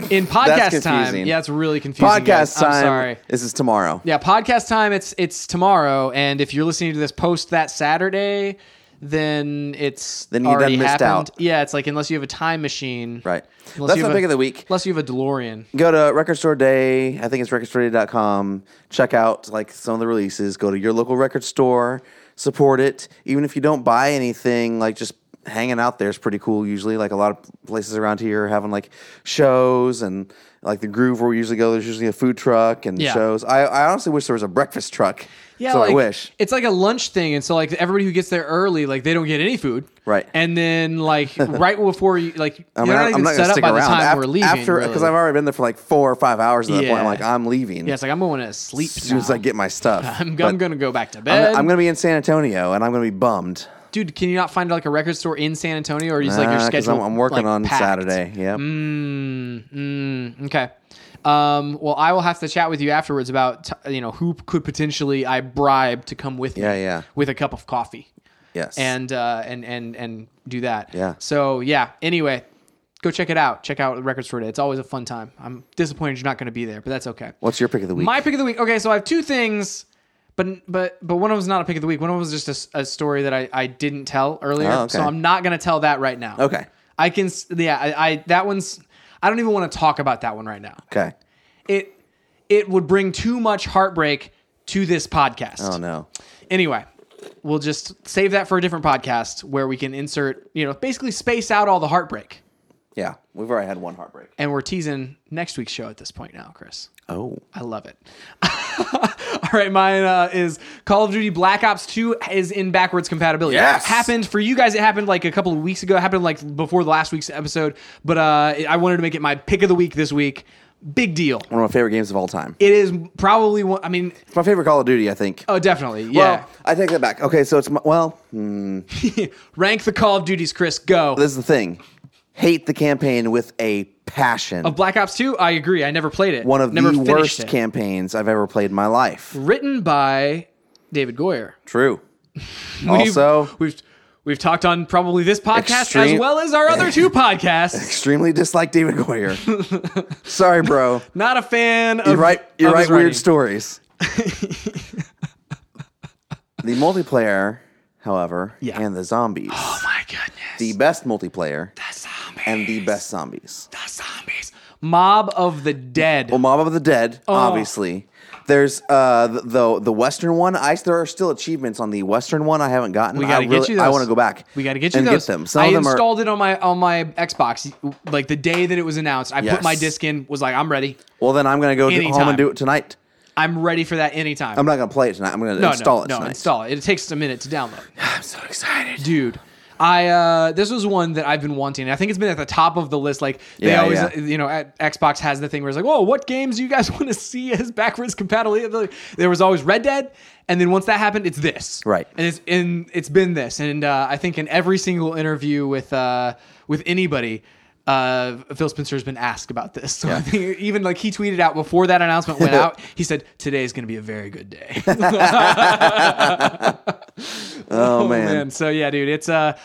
Speaker 1: In podcast time.
Speaker 2: confusing.
Speaker 1: Yeah, it's really confusing.
Speaker 2: podcast
Speaker 1: guys.
Speaker 2: time,
Speaker 1: I'm sorry.
Speaker 2: this is tomorrow.
Speaker 1: Yeah, podcast time. It's it's tomorrow, and if you're listening to this post that Saturday, then it's
Speaker 2: Then you done
Speaker 1: already
Speaker 2: missed
Speaker 1: happened.
Speaker 2: out.
Speaker 1: Yeah, it's like unless you have a time machine,
Speaker 2: Right.
Speaker 1: Unless
Speaker 2: That's
Speaker 1: you
Speaker 2: my
Speaker 1: have a-
Speaker 2: pick of the week.
Speaker 1: Unless you have a DeLorean.
Speaker 2: Go to Record Store Day. I think it's recordstoreday.com. Check out like some of the releases. Go to your local record store. Support it. Even if you don't buy anything, like just hanging out there is pretty cool usually. Like a lot of places around here are having like shows and like the groove where we usually go, there's usually a food truck and
Speaker 1: Yeah.
Speaker 2: shows. I, I honestly wish there was a breakfast truck.
Speaker 1: Yeah,
Speaker 2: so
Speaker 1: like,
Speaker 2: I wish.
Speaker 1: it's like a lunch thing, and so like everybody who gets there early, like they don't get any food,
Speaker 2: Right.
Speaker 1: And then like right before you like, you're
Speaker 2: I mean,
Speaker 1: not
Speaker 2: I-
Speaker 1: even
Speaker 2: gonna
Speaker 1: set up by the time
Speaker 2: Af-
Speaker 1: we're leaving.
Speaker 2: after
Speaker 1: really.
Speaker 2: because I've already been there for like four or five hours at that point.
Speaker 1: Yeah.
Speaker 2: I'm like, I'm leaving.
Speaker 1: yeah, it's like I'm going to sleep
Speaker 2: as soon as I
Speaker 1: now.
Speaker 2: get my stuff.
Speaker 1: I'm,
Speaker 2: But
Speaker 1: I'm gonna go back to
Speaker 2: I'm,
Speaker 1: bed,
Speaker 2: I'm gonna be in San Antonio and I'm gonna be bummed.
Speaker 1: dude. Can you not find like a record store in San Antonio, or is like your
Speaker 2: Uh, 'cause
Speaker 1: schedule?
Speaker 2: I'm, I'm working
Speaker 1: like,
Speaker 2: on
Speaker 1: packed?
Speaker 2: Saturday. Yeah.
Speaker 1: Mm, mm, okay. Um, well, I will have to chat with you afterwards about t- you know who could potentially I bribe to come with
Speaker 2: Yeah,
Speaker 1: me
Speaker 2: yeah.
Speaker 1: with a cup of coffee.
Speaker 2: Yes.
Speaker 1: and uh, and and and do that.
Speaker 2: Yeah.
Speaker 1: So yeah. Anyway, go check it out. Check out Record Store Day. It's always a fun time. I'm disappointed you're not going to be there, but that's okay.
Speaker 2: what's your pick of the week?
Speaker 1: My pick of the week. Okay, so I have two things, but but but one of them's not a pick of the week. One of them was just a s- a, story that I I didn't tell earlier,
Speaker 2: Oh, okay.
Speaker 1: so I'm not going to tell that right now.
Speaker 2: Okay.
Speaker 1: I can. s- Yeah. I, I that one's. I don't even want to talk about that one right now.
Speaker 2: okay.
Speaker 1: It it would bring too much heartbreak to this podcast.
Speaker 2: Oh no.
Speaker 1: Anyway, we'll just save that for a different podcast where we can insert, you know, basically space out all the heartbreak.
Speaker 2: Yeah, we've already had one heartbreak.
Speaker 1: And we're teasing next week's show at this point now, Chris.
Speaker 2: Oh.
Speaker 1: I love it. all right, mine uh, is Call of Duty Black Ops 2 is in backwards compatibility.
Speaker 2: Yes!
Speaker 1: Happened for you guys, it happened like a couple of weeks ago. It happened like before the last week's episode. But uh, I wanted to make it my pick of the week this week. Big deal.
Speaker 2: One of my favorite games of all time.
Speaker 1: It is probably one, I mean,
Speaker 2: It's my favorite Call of Duty, I think.
Speaker 1: oh, definitely. Yeah.
Speaker 2: Well, I take that back. Okay, so it's my, well,
Speaker 1: Rank the Call of Duties, Chris. Go.
Speaker 2: this is the thing. Hate the campaign with a passion.
Speaker 1: Of Black Ops 2, I agree. I never played it.
Speaker 2: one of
Speaker 1: never
Speaker 2: the
Speaker 1: finished
Speaker 2: worst
Speaker 1: it.
Speaker 2: campaigns I've ever played in my life.
Speaker 1: Written by David Goyer.
Speaker 2: True.
Speaker 1: We've-
Speaker 2: also,
Speaker 1: we've we've talked on probably this podcast
Speaker 2: Extreme-
Speaker 1: as well as our other two podcasts.
Speaker 2: extremely dislike David Goyer. Sorry, bro.
Speaker 1: Not a fan.
Speaker 2: You
Speaker 1: of,
Speaker 2: write you
Speaker 1: of
Speaker 2: write
Speaker 1: his
Speaker 2: weird
Speaker 1: writing.
Speaker 2: stories. the multiplayer, however,
Speaker 1: Yeah.
Speaker 2: and the zombies.
Speaker 1: Oh my goodness!
Speaker 2: the best multiplayer
Speaker 1: The zombies.
Speaker 2: and the best zombies.
Speaker 1: the zombies. Mob of the Dead.
Speaker 2: Well, Mob of the Dead,
Speaker 1: Oh.
Speaker 2: obviously. There's uh the, the the Western one. I there are still achievements on the Western one. I haven't gotten.
Speaker 1: we gotta
Speaker 2: I
Speaker 1: get you. Those.
Speaker 2: I want to go back.
Speaker 1: We gotta get you
Speaker 2: and
Speaker 1: those.
Speaker 2: Get them. Some
Speaker 1: I
Speaker 2: of them are.
Speaker 1: installed it on my on my Xbox like the day that it was announced. I put
Speaker 2: Yes.
Speaker 1: my disc in. Was like, I'm ready.
Speaker 2: Well, then I'm gonna go do, home
Speaker 1: Anytime.
Speaker 2: and do it tonight.
Speaker 1: I'm ready for that anytime.
Speaker 2: I'm not gonna play it tonight. I'm gonna
Speaker 1: no,
Speaker 2: install
Speaker 1: no,
Speaker 2: it
Speaker 1: no,
Speaker 2: tonight.
Speaker 1: install it. It takes a minute to download.
Speaker 2: I'm so excited.
Speaker 1: dude i uh this was one that i've been wanting i think it's been at the top of the list like they
Speaker 2: Yeah,
Speaker 1: always
Speaker 2: yeah.
Speaker 1: you know at xbox has the thing where it's like whoa what games do you guys want to see as backwards compatible there was always red dead and then once that happened it's this
Speaker 2: Right.
Speaker 1: and it's and it's been this and uh, i think in every single interview with uh with anybody uh, Phil Spencer has been asked about this. So I think even like he tweeted out before that announcement went out, he said, Today is going to be a very good day.
Speaker 2: Oh, man.
Speaker 1: So yeah, dude, it's uh,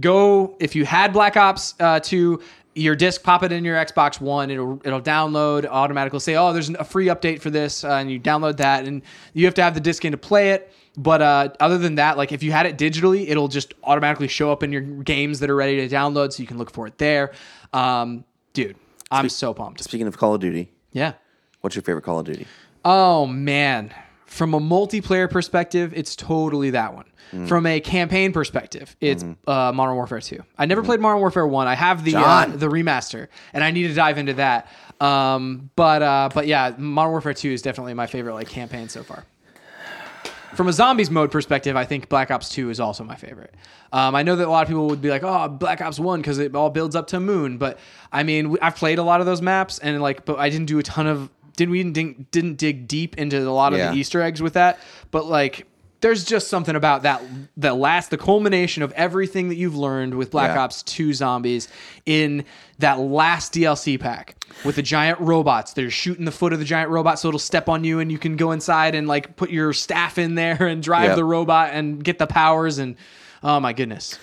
Speaker 1: go if you had Black Ops uh, two. Your disc, pop it in your Xbox One. It'll it'll download automatically. Say, oh, there's a free update for this, uh, and you download that, and you have to have the disc in to play it. But uh, other than that, like if you had it digitally, it'll just automatically show up in your games that are ready to download, so you can look for it there. Um, dude, I'm so pumped.
Speaker 2: Speaking of Call of Duty,
Speaker 1: Yeah.
Speaker 2: what's your favorite Call of Duty?
Speaker 1: Oh man. From a multiplayer perspective, it's totally that one. From a campaign perspective, it's uh, Modern Warfare 2. I never played Modern Warfare 1. I have the uh,
Speaker 2: John.
Speaker 1: the remaster, and I need to dive into that. Um, but uh, but yeah, Modern Warfare 2 is definitely my favorite like campaign so far. From a zombies mode perspective, I think Black Ops 2 is also my favorite. Um, I know that a lot of people would be like, "Oh, Black Ops 1" because it all builds up to Moon, but I mean, w- I've played a lot of those maps and like but I didn't do a ton of did we didn't dig, didn't dig deep into a lot of
Speaker 2: Yeah.
Speaker 1: the Easter eggs with that, but like there's just something about that that last the culmination of everything that you've learned with Black
Speaker 2: Yeah.
Speaker 1: Ops 2 zombies in that last DLC pack with the giant robots. They're shooting the foot of the giant robot so it'll step on you and you can go inside and like put your staff in there and drive
Speaker 2: Yep.
Speaker 1: the robot and get the powers and oh my goodness.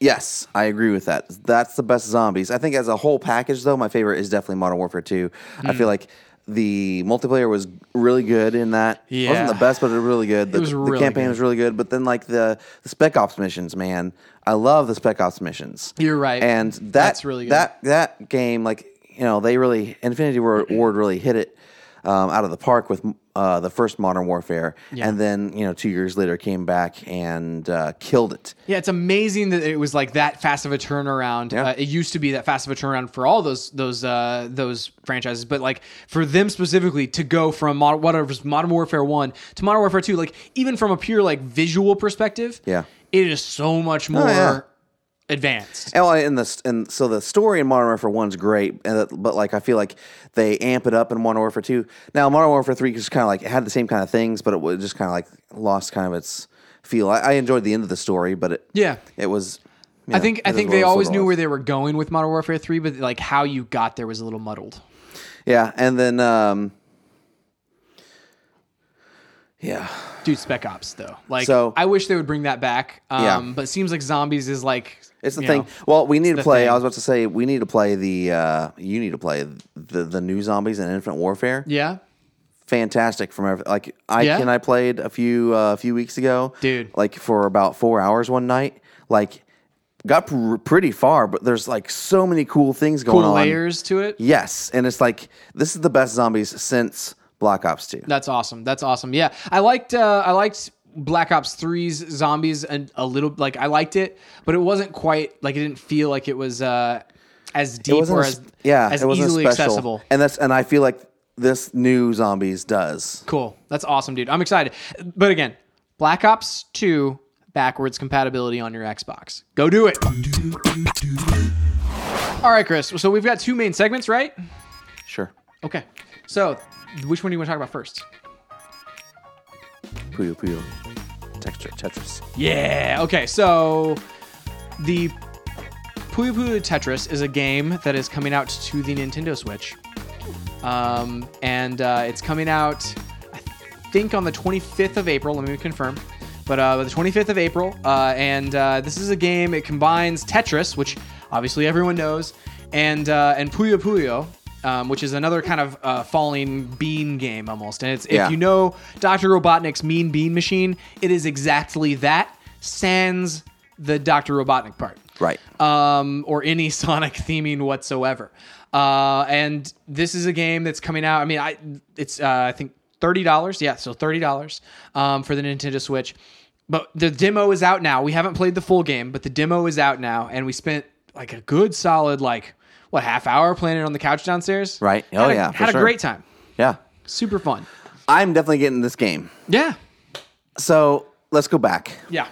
Speaker 2: Yes, I agree with that. That's the best zombies. I think as a whole package, though, my favorite is definitely Modern Warfare 2. I
Speaker 1: Hmm.
Speaker 2: feel like the multiplayer was really good in that. It
Speaker 1: Yeah.
Speaker 2: wasn't the best, but it was really good. The,
Speaker 1: was
Speaker 2: the
Speaker 1: really
Speaker 2: campaign
Speaker 1: good.
Speaker 2: was really good. But then, like, the, the Spec Ops missions, man. I love the Spec Ops missions.
Speaker 1: You're right.
Speaker 2: And that,
Speaker 1: That's really good.
Speaker 2: That, that game, like, you know, they really, Infinity Ward Ward really hit it. um, out of the park with uh, the first Modern Warfare, and then you know two years later came back and uh, killed it.
Speaker 1: Yeah, it's amazing that it was like that fast of a turnaround. Uh, it used to be that fast of a turnaround for all those those uh, those franchises, but like for them specifically to go from modern, whatever's Modern Warfare One to Modern Warfare Two, like even from a pure like visual perspective,
Speaker 2: Yeah.
Speaker 1: it is so much more
Speaker 2: Oh, yeah.
Speaker 1: advanced.
Speaker 2: And, well, Oh, and the st- and so the story in Modern Warfare One's great, and that, but like I feel like they amp it up in Modern Warfare Two. Now Modern Warfare Three just kind of like it had the same kind of things, but it was just kind of like lost kind of its feel. I, I enjoyed the end of the story, but it
Speaker 1: Yeah.
Speaker 2: it was. you
Speaker 1: I
Speaker 2: know,
Speaker 1: think I
Speaker 2: it
Speaker 1: think
Speaker 2: was what
Speaker 1: they
Speaker 2: it
Speaker 1: always knew
Speaker 2: was.
Speaker 1: where they were going with Modern Warfare Three, but like how you got there was a little muddled.
Speaker 2: Yeah, and then um, yeah,
Speaker 1: Dude, Spec Ops though, like
Speaker 2: So-
Speaker 1: I wish they would bring that back. Um,
Speaker 2: Yeah.
Speaker 1: but it seems like zombies is like
Speaker 2: it's the
Speaker 1: you
Speaker 2: thing.
Speaker 1: know,
Speaker 2: well, we need to play.
Speaker 1: thing.
Speaker 2: I was about to say we need to play the. Uh, you need to play the the new zombies in Infinite Warfare.
Speaker 1: yeah,
Speaker 2: fantastic from every, like I
Speaker 1: Yeah?
Speaker 2: can I played a few uh, a few weeks ago,
Speaker 1: Dude.
Speaker 2: Like for about four hours one night, like got pr- pretty far, but there's like so many cool things going
Speaker 1: cool
Speaker 2: on.
Speaker 1: layers to it.
Speaker 2: Yes, and it's like this is the best zombies since Black Ops Two.
Speaker 1: That's awesome. That's awesome. Yeah, I liked uh, I liked Black Ops 3's zombies and a little like I liked it, but it wasn't quite like it didn't feel like it was uh, as deep
Speaker 2: wasn't
Speaker 1: or
Speaker 2: as-
Speaker 1: as
Speaker 2: yeah,
Speaker 1: as
Speaker 2: it wasn't
Speaker 1: easily
Speaker 2: special.
Speaker 1: accessible.
Speaker 2: and that's and I feel like this new zombies does.
Speaker 1: Cool. That's awesome, dude. I'm excited. But again, Black Ops 2 backwards compatibility on your Xbox. Go do it. All right, Chris. So we've got two main segments, right?
Speaker 2: Sure,
Speaker 1: Okay. So, which one do you want to talk about first?
Speaker 2: Puyo Puyo, texture Tetris.
Speaker 1: Yeah. Okay. So the Puyo Puyo Tetris is a game that is coming out to the Nintendo Switch, um, and uh, it's coming out, I think, on the 25th of April. Let me confirm. But uh, the 25th of April, uh, and uh, this is a game. It combines Tetris, which obviously everyone knows, and uh, and Puyo Puyo, um, which is another kind of uh, falling bean game almost. And it's if
Speaker 2: Yeah.
Speaker 1: you know know Dr. Robotnik's Mean Bean Machine, it is exactly that, sans the Dr. Robotnik part.
Speaker 2: Right.
Speaker 1: Um, or any Sonic theming whatsoever. Uh, and this is a game that's coming out. I mean, I it's uh, I think thirty dollars. Yeah, so thirty dollars um, for the Nintendo Switch. But the demo is out now. We haven't played the full game, but the demo is out now, and we spent like a good solid like what half hour playing it on the couch downstairs.
Speaker 2: Right. Oh,
Speaker 1: Had a-
Speaker 2: yeah, for
Speaker 1: had a
Speaker 2: sure.
Speaker 1: great time.
Speaker 2: Yeah,
Speaker 1: Super fun.
Speaker 2: I'm definitely getting this game.
Speaker 1: Yeah.
Speaker 2: So let's go back
Speaker 1: Yeah.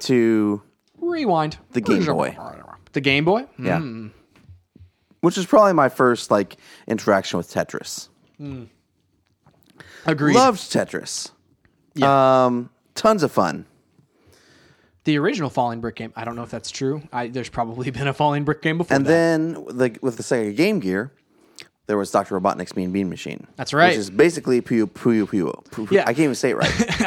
Speaker 2: to
Speaker 1: Rewind.
Speaker 2: The Game Boy.
Speaker 1: The Game Boy?
Speaker 2: Yeah.
Speaker 1: Hmm.
Speaker 2: Which is probably my first like interaction with Tetris.
Speaker 1: Agreed.
Speaker 2: Loved Tetris. Um, tons of fun.
Speaker 1: the original Falling Brick game. I don't know if that's true. I, there's probably been a Falling Brick game before.
Speaker 2: And
Speaker 1: that.
Speaker 2: then the, with the Sega Game Gear, there was Dr. Robotnik's Mean Bean Machine.
Speaker 1: That's right.
Speaker 2: Which is basically Puyo Puyo Puyo. Puyo-
Speaker 1: Yeah.
Speaker 2: I can't even say it right.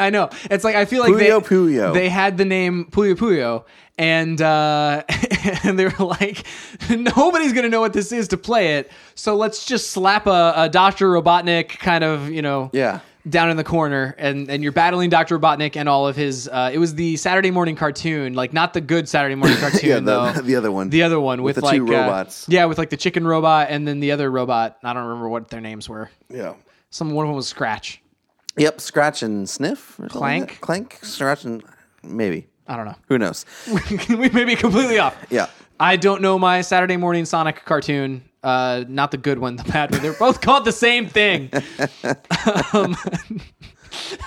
Speaker 1: I know. It's like I feel like
Speaker 2: Puyo
Speaker 1: they,
Speaker 2: Puyo.
Speaker 1: they had the name Puyo Puyo and uh, and they were like nobody's going to know what this is to play it. So let's just slap a, a Dr. Robotnik kind of, you know,
Speaker 2: yeah.
Speaker 1: down in the corner and and you're battling Dr. Robotnik and all of his uh, it was the Saturday morning cartoon, like not the good Saturday morning cartoon
Speaker 2: Yeah, the,
Speaker 1: though.
Speaker 2: the other one.
Speaker 1: The other one with,
Speaker 2: With the
Speaker 1: like
Speaker 2: two
Speaker 1: uh,
Speaker 2: robots.
Speaker 1: yeah, with like the chicken robot and then the other robot. I don't remember what their names were.
Speaker 2: yeah.
Speaker 1: Some one of them was Scratch.
Speaker 2: Yep, Scratch and Sniff. or something
Speaker 1: Clank? Uh.
Speaker 2: like that. Clank, Scratch and maybe.
Speaker 1: I don't know.
Speaker 2: Who knows?
Speaker 1: we may be completely off.
Speaker 2: Yeah.
Speaker 1: I don't know my Saturday morning Sonic cartoon. Uh, not the good one, the bad one. They're both called the same thing. um,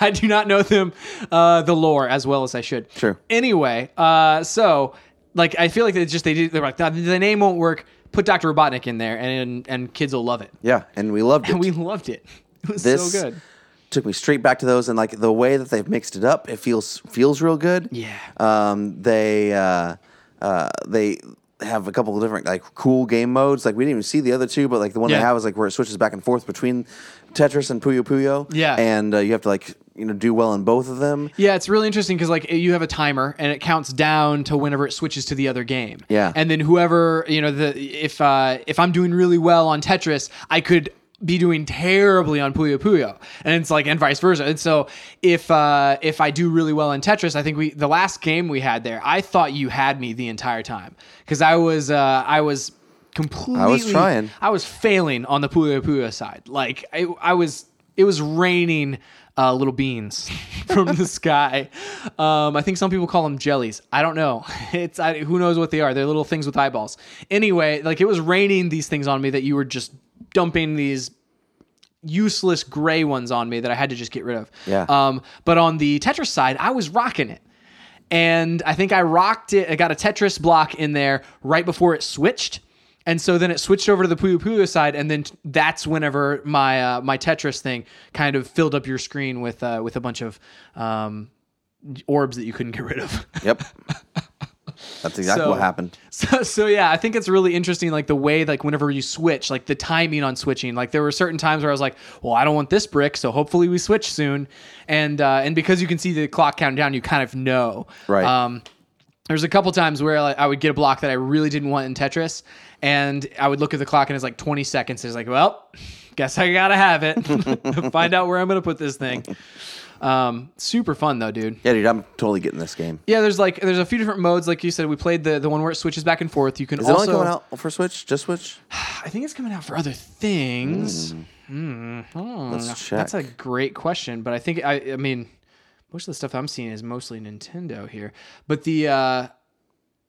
Speaker 1: I do not know them, uh, the lore as well as I should.
Speaker 2: Sure.
Speaker 1: Anyway, uh, so like I feel like it's just they do. They're like "Nah, the name won't work. Put Doctor Robotnik in there, and and kids will love it.
Speaker 2: Yeah, and we loved it.
Speaker 1: And we loved it. It was
Speaker 2: this
Speaker 1: so good.
Speaker 2: took me straight back to those and like the way that they've mixed it up it feels feels real good
Speaker 1: Yeah.
Speaker 2: um they uh uh they have a couple of different like cool game modes like we didn't even see the other two but like the one
Speaker 1: Yeah.
Speaker 2: they have is like where it switches back and forth between tetris and puyo puyo
Speaker 1: Yeah.
Speaker 2: and uh, you have to like you know do well in both of them
Speaker 1: Yeah, it's really interesting because like you have a timer and it counts down to whenever it switches to the other game.
Speaker 2: Yeah.
Speaker 1: and then whoever you know the if uh, if I'm doing really well on Tetris, I could be doing terribly on Puyo Puyo, and it's like and vice versa. And so if uh, if I do really well in Tetris, I think we the last game we had there, I thought you had me the entire time because I was uh, I was completely
Speaker 2: trying.
Speaker 1: I was failing on the Puyo Puyo side. Like I, I was It was raining uh, little beans from the sky. Um, I think some people call them jellies. I don't know. It's I, who knows what they are. They're little things with eyeballs. Anyway, like it was raining these things on me that you were just dumping these useless gray ones on me that I had to just get rid of.
Speaker 2: Yeah.
Speaker 1: Um, but on the Tetris side, I was rocking it. And I think I rocked it. I got a Tetris block in there right before it switched. And so then it switched over to the Puyo Puyo side, and then t- that's whenever my uh, my Tetris thing kind of filled up your screen with uh, with a bunch of um, orbs that you couldn't get rid of.
Speaker 2: Yep. That's exactly
Speaker 1: So-
Speaker 2: what happened.
Speaker 1: So, so yeah, I think it's really interesting, like the way, like whenever you switch, like the timing on switching. Like there were certain times where I was like, "Well, I don't want this brick, so hopefully we switch soon," and uh, and because you can see the clock counting down, you kind of know.
Speaker 2: Right.
Speaker 1: Um, there's a couple times where like, I would get a block that I really didn't want in Tetris, and I would look at the clock and it's like 20 seconds. It's like, well, guess I gotta have it. Find out where I'm gonna put this thing. Um, super fun though, dude.
Speaker 2: Yeah, dude, I'm totally getting this game.
Speaker 1: Yeah, there's like there's a few different modes. Like you said, we played the the one where it switches back and forth. You can
Speaker 2: Is it
Speaker 1: also
Speaker 2: only coming out for Switch? Just Switch?
Speaker 1: I think it's coming out for other things. Hmm. Hmm.
Speaker 2: Let's
Speaker 1: That's a
Speaker 2: check.
Speaker 1: great question, but I think I I mean most of the stuff I'm seeing is mostly Nintendo here. But the uh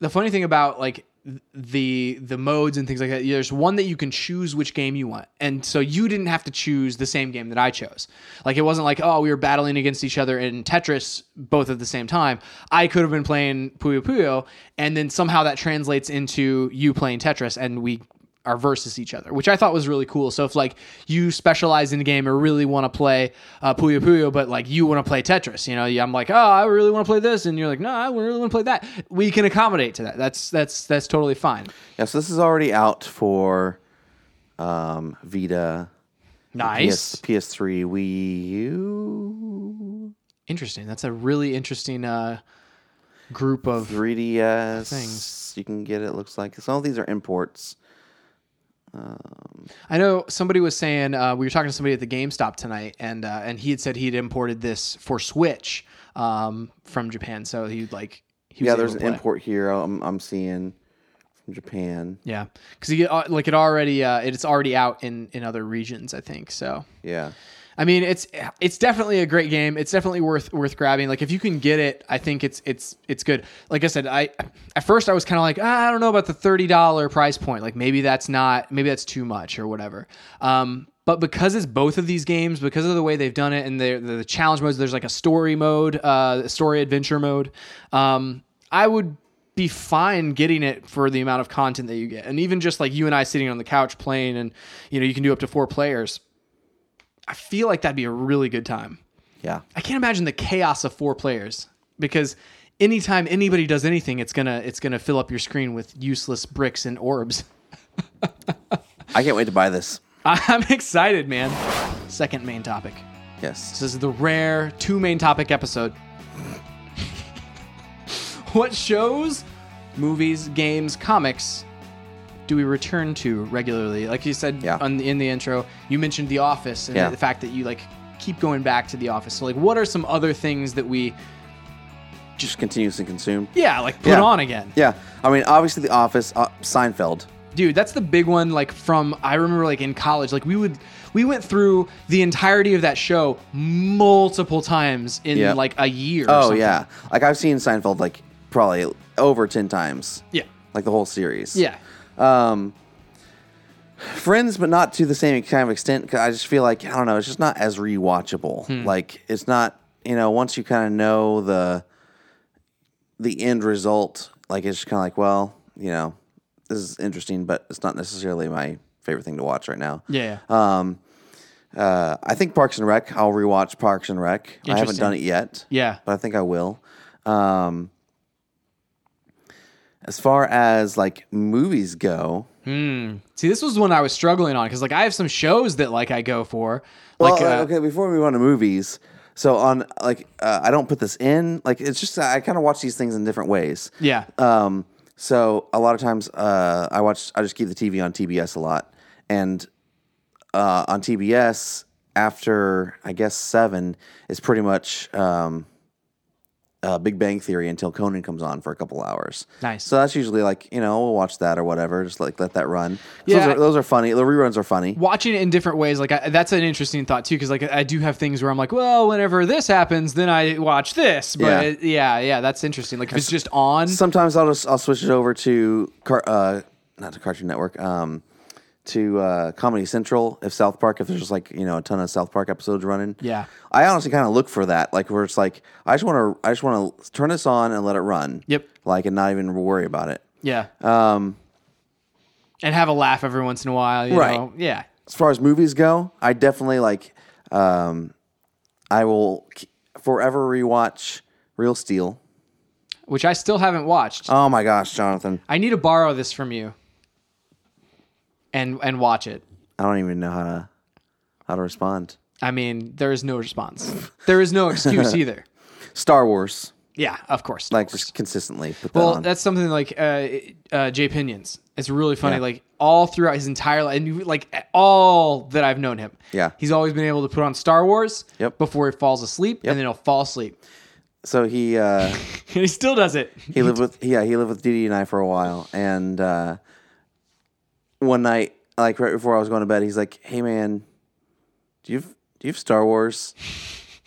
Speaker 1: the funny thing about like th- the the modes and things like that there's one that you can choose which game you want and so you didn't have to choose the same game that i chose like it wasn't like oh we were battling against each other in tetris both at the same time i could have been playing puyo puyo and then somehow that translates into you playing tetris and we are versus each other, which I thought was really cool. So if like you specialize in a game or really want to play uh, Puyo Puyo, but like you want to play Tetris, you know, I'm like, oh, I really want to play this, and you're like, no, I really want to play that. We can accommodate to that. That's that's that's totally fine.
Speaker 2: Yeah, so this is already out for um, Vita,
Speaker 1: Nice,
Speaker 2: PS, PS3, Wii U,
Speaker 1: interesting. That's a really interesting uh, group of.
Speaker 2: 3DS.
Speaker 1: Things.
Speaker 2: You can get it, looks like. So all these are imports.
Speaker 1: I know somebody was saying uh, we were talking to somebody at the GameStop tonight, and uh, and he had said he'd imported this for Switch um, from Japan, so he'd like. He was
Speaker 2: Yeah,
Speaker 1: able
Speaker 2: there's
Speaker 1: to
Speaker 2: an
Speaker 1: play.
Speaker 2: import here I'm, I'm seeing from Japan.
Speaker 1: Yeah, because uh, like it already uh, it's already out in in other regions. I think so.
Speaker 2: Yeah.
Speaker 1: I mean, it's it's definitely a great game. It's definitely worth worth grabbing. Like if you can get it, I think it's it's it's good. Like I said, I at first I was kind of like ah, I don't know about the thirty dollar price point. Like maybe that's not maybe that's too much or whatever. Um, but because it's both of these games, because of the way they've done it and the the challenge modes, there's like a story mode, uh, story adventure mode. Um, I would be fine getting it for the amount of content that you get, and even just like you and I sitting on the couch playing, and you know you can do up to four players. I feel like that'd be a really good time.
Speaker 2: Yeah.
Speaker 1: I can't imagine the chaos of four players because anytime anybody does anything, it's gonna it's gonna fill up your screen with useless bricks and orbs.
Speaker 2: I can't wait to buy this.
Speaker 1: I'm excited, man. Second main topic.
Speaker 2: Yes.
Speaker 1: This is the rare two main topic episode. what shows, movies, games, comics do we return to regularly? Like you said
Speaker 2: Yeah.
Speaker 1: on the, in the intro, you mentioned The Office and
Speaker 2: Yeah.
Speaker 1: the fact that you like keep going back to The Office. So like, what are some other things that we
Speaker 2: Just continues to consume.
Speaker 1: yeah like put
Speaker 2: Yeah.
Speaker 1: on again?
Speaker 2: Yeah. I mean, obviously, The Office, uh, Seinfeld.
Speaker 1: dude that's the big one like from i remember like in college like we would we went through the entirety of that show multiple times in
Speaker 2: Yeah.
Speaker 1: like a year or
Speaker 2: Oh,
Speaker 1: something.
Speaker 2: yeah. Like, I've seen Seinfeld, like, probably over 10 times.
Speaker 1: yeah
Speaker 2: Like, the whole series.
Speaker 1: yeah
Speaker 2: friends, but not to the same kind of extent. 'cause I just feel like I don't know. It's just not as rewatchable.
Speaker 1: Hmm.
Speaker 2: Like it's not. You know, once you kind of know the the end result, like it's just kind of like, well, you know, this is interesting, but it's not necessarily my favorite thing to watch right now.
Speaker 1: yeah
Speaker 2: Um, uh, I think Parks and Rec. I'll rewatch Parks and Rec. I haven't
Speaker 1: Interesting.
Speaker 2: done it yet
Speaker 1: yeah
Speaker 2: but I think I will. Um, as far as like movies go,
Speaker 1: see this was one i was struggling on because like i have some shows that like i go for
Speaker 2: Well,
Speaker 1: like uh,
Speaker 2: Oh, okay, before we move on to movies, so on like uh, I don't put this in. Like it's just I kind of watch these things in different ways.
Speaker 1: yeah
Speaker 2: Um, so a lot of times uh, I watch I just keep the TV on TBS a lot, and uh, on TBS after I guess seven is pretty much um, uh, Big Bang Theory until Conan comes on for a couple hours.
Speaker 1: Nice.
Speaker 2: So that's usually like you know we'll watch that or whatever. Just like let that run.
Speaker 1: Yeah.
Speaker 2: Those are, those are funny. The reruns are funny.
Speaker 1: watching it in different ways like I, that's an interesting thought too because like i do have things where i'm like well whenever this happens then i watch this but
Speaker 2: Yeah.
Speaker 1: it- yeah yeah, that's interesting like if it's just on
Speaker 2: Sometimes I'll just I'll switch it over to car, uh, not to Cartoon Network. Um, to uh, Comedy Central if South Park if there's just like you know a ton of South Park episodes running.
Speaker 1: Yeah.
Speaker 2: I honestly kind of look for that. Like where it's like I just want to I just want to turn this on and let it run.
Speaker 1: Yep.
Speaker 2: Like and not even worry about it.
Speaker 1: yeah um and have a laugh every once in a while you
Speaker 2: Right.
Speaker 1: know? yeah
Speaker 2: as far as movies go, I definitely like. Um, I will k- forever rewatch Real Steel.
Speaker 1: which i still haven't watched
Speaker 2: Oh my gosh, Jonathan!
Speaker 1: i need to borrow this from you and and watch it
Speaker 2: I don't even know how to how to respond.
Speaker 1: i mean there is no response there is no excuse either
Speaker 2: Star Wars,
Speaker 1: yeah of course
Speaker 2: like just consistently. Put that
Speaker 1: Well,
Speaker 2: on.
Speaker 1: that's something like uh, uh, Jay Pinions. It's really funny. Like all throughout his entire life, and you- like all that I've known him,
Speaker 2: Yeah.
Speaker 1: he's always been able to put on Star Wars
Speaker 2: Yep.
Speaker 1: before he falls asleep, and then he'll fall asleep,
Speaker 2: so he uh,
Speaker 1: and he still does it.
Speaker 2: he lived with yeah he lived with Dee Dee and I for a while, and uh, one night like right before I was going to bed, he's like, "Hey man, do you have, do you have Star Wars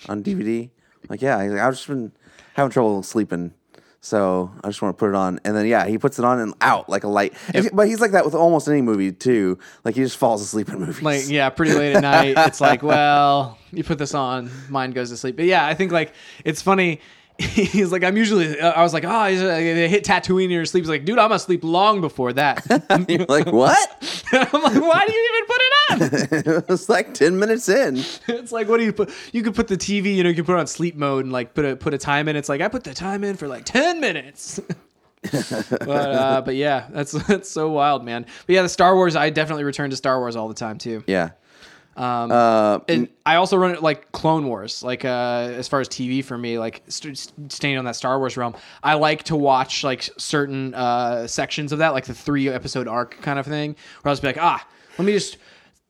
Speaker 2: on DVD?" I'm like yeah, he's like, I've just been having trouble sleeping. So I just want to put it on, and then yeah, he puts it on and out like a light. But he's like that with almost any movie too. Like he just falls asleep in movies.
Speaker 1: Like yeah, pretty late at night. It's like, well, you put this on, mine goes to sleep. But yeah, I think like it's funny. He's like, I'm usually. I was like, oh, he's, uh, they hit Tatooine in your sleep. He's like, dude, I'm gonna sleep long before that. I'm
Speaker 2: You're like what?
Speaker 1: like, why do you even put it on?
Speaker 2: it was like ten minutes in.
Speaker 1: it's like what do you put you could put the tv you know you can put it on sleep mode and like put a put a time in it's like i put the time in for like 10 minutes but uh but yeah that's that's so wild man but yeah the star wars i definitely return to star wars all the time too
Speaker 2: Yeah. Um, uh,
Speaker 1: and i also run it like clone wars like uh as far as tv for me like st- st- staying on that star wars realm i like to watch like certain uh sections of that like the three episode arc kind of thing where i'll just be like ah let me just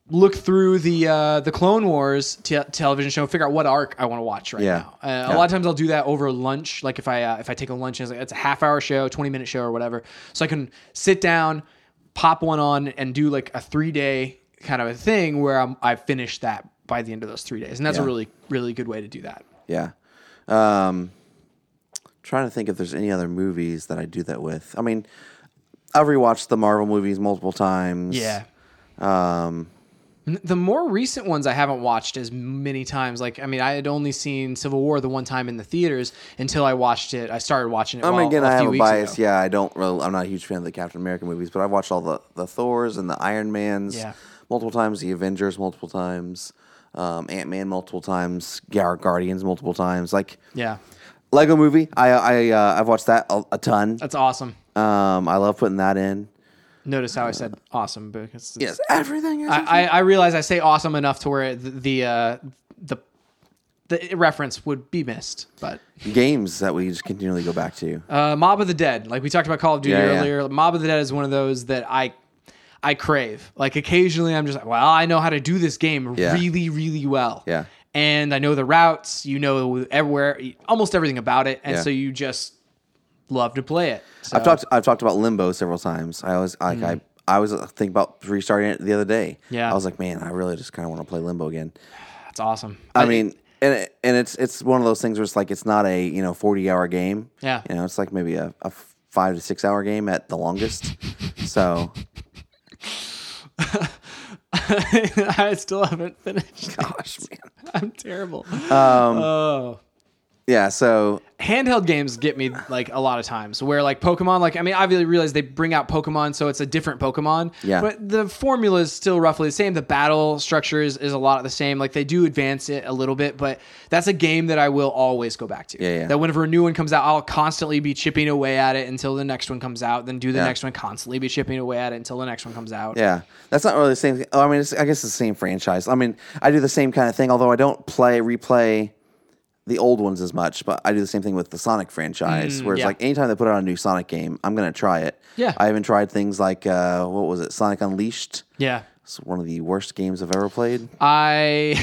Speaker 1: look through the uh, the Clone Wars te- television show, and figure out what arc I want to watch right
Speaker 2: Yeah.
Speaker 1: now. Uh, A lot of times I'll do that over lunch, like if I uh, if I take a lunch, and it's, like, it's a half hour show, twenty minute show, or whatever, so I can sit down, pop one on, and do like a three day kind of a thing where I'm, I finish that by the end of those three days, and that's a
Speaker 2: Yeah.
Speaker 1: really really good way to do that.
Speaker 2: Yeah. Um, trying to think if there's any other movies that I do that with. I mean, I've rewatched the Marvel movies multiple times. Um,
Speaker 1: N- The more recent ones I haven't watched as many times. Like, I mean, I had only seen Civil War the one time in the theaters until I watched it. I started watching it.
Speaker 2: I mean,
Speaker 1: well,
Speaker 2: Um, again,
Speaker 1: a
Speaker 2: I
Speaker 1: few
Speaker 2: have a
Speaker 1: weeks
Speaker 2: bias.
Speaker 1: ago.
Speaker 2: Yeah, I don't really, I'm not a huge fan of the Captain America movies, but I've watched all the, the Thors and the Iron Mans
Speaker 1: Yeah.
Speaker 2: multiple times, the Avengers multiple times, um, Ant Man multiple times, Gar- Guardians multiple times. Like,
Speaker 1: Yeah.
Speaker 2: Lego movie, I, I, uh, I've watched that a, a ton.
Speaker 1: That's awesome.
Speaker 2: Um, I love putting that in.
Speaker 1: Notice how I said awesome because it's-
Speaker 2: Yes, everything is.
Speaker 1: I, I, I realize I say awesome enough to where the the, uh, the the reference would be missed. But
Speaker 2: games that we just continually go back to.
Speaker 1: uh, Mob of the Dead, like we talked about Call of Duty
Speaker 2: Yeah, yeah.
Speaker 1: earlier, Mob of the Dead is one of those that I I crave. Like occasionally, I'm just like, well, I know how to do this game
Speaker 2: Yeah.
Speaker 1: really, really well.
Speaker 2: Yeah.
Speaker 1: and I know the routes. You know everywhere, almost everything about it, and
Speaker 2: Yeah.
Speaker 1: so you just love to play it. So,
Speaker 2: I've talked I've talked about Limbo several times. I always like I I was uh, thinking about restarting it the other day.
Speaker 1: Yeah.
Speaker 2: I was like, man, I really just kind of want to play Limbo again.
Speaker 1: that's awesome.
Speaker 2: I, mean, and it, and it's it's one of those things where it's like it's not a you know forty hour game.
Speaker 1: Yeah.
Speaker 2: you know, it's like maybe a, a five to six hour game at the longest. so
Speaker 1: I still haven't finished.
Speaker 2: gosh, man.
Speaker 1: I'm terrible. oh.
Speaker 2: Yeah. So
Speaker 1: handheld games get me like a lot of times where like pokemon like i mean obviously realize they bring out pokemon so it's a different pokemon
Speaker 2: Yeah.
Speaker 1: but the formula is still roughly the same the battle structure is, is a lot of the same like they do advance it a little bit but that's a game that i will always go back to
Speaker 2: Yeah, yeah.
Speaker 1: that whenever a new one comes out i'll constantly be chipping away at it until the next one comes out then do the
Speaker 2: Yeah.
Speaker 1: next one constantly be chipping away at it until the next one comes out
Speaker 2: Yeah, that's not really the same. Thing. Oh, I mean, it's, I guess it's the same franchise. I mean, I do the same kind of thing, although I don't play replay the old ones as much. But I do the same thing with the Sonic franchise, where it's
Speaker 1: Mm, yeah.
Speaker 2: like anytime they put out a new Sonic game, I'm gonna try it.
Speaker 1: Yeah.
Speaker 2: I haven't tried things like uh, what was it, Sonic Unleashed.
Speaker 1: yeah
Speaker 2: It's one of the worst games I've ever played.
Speaker 1: Uh, I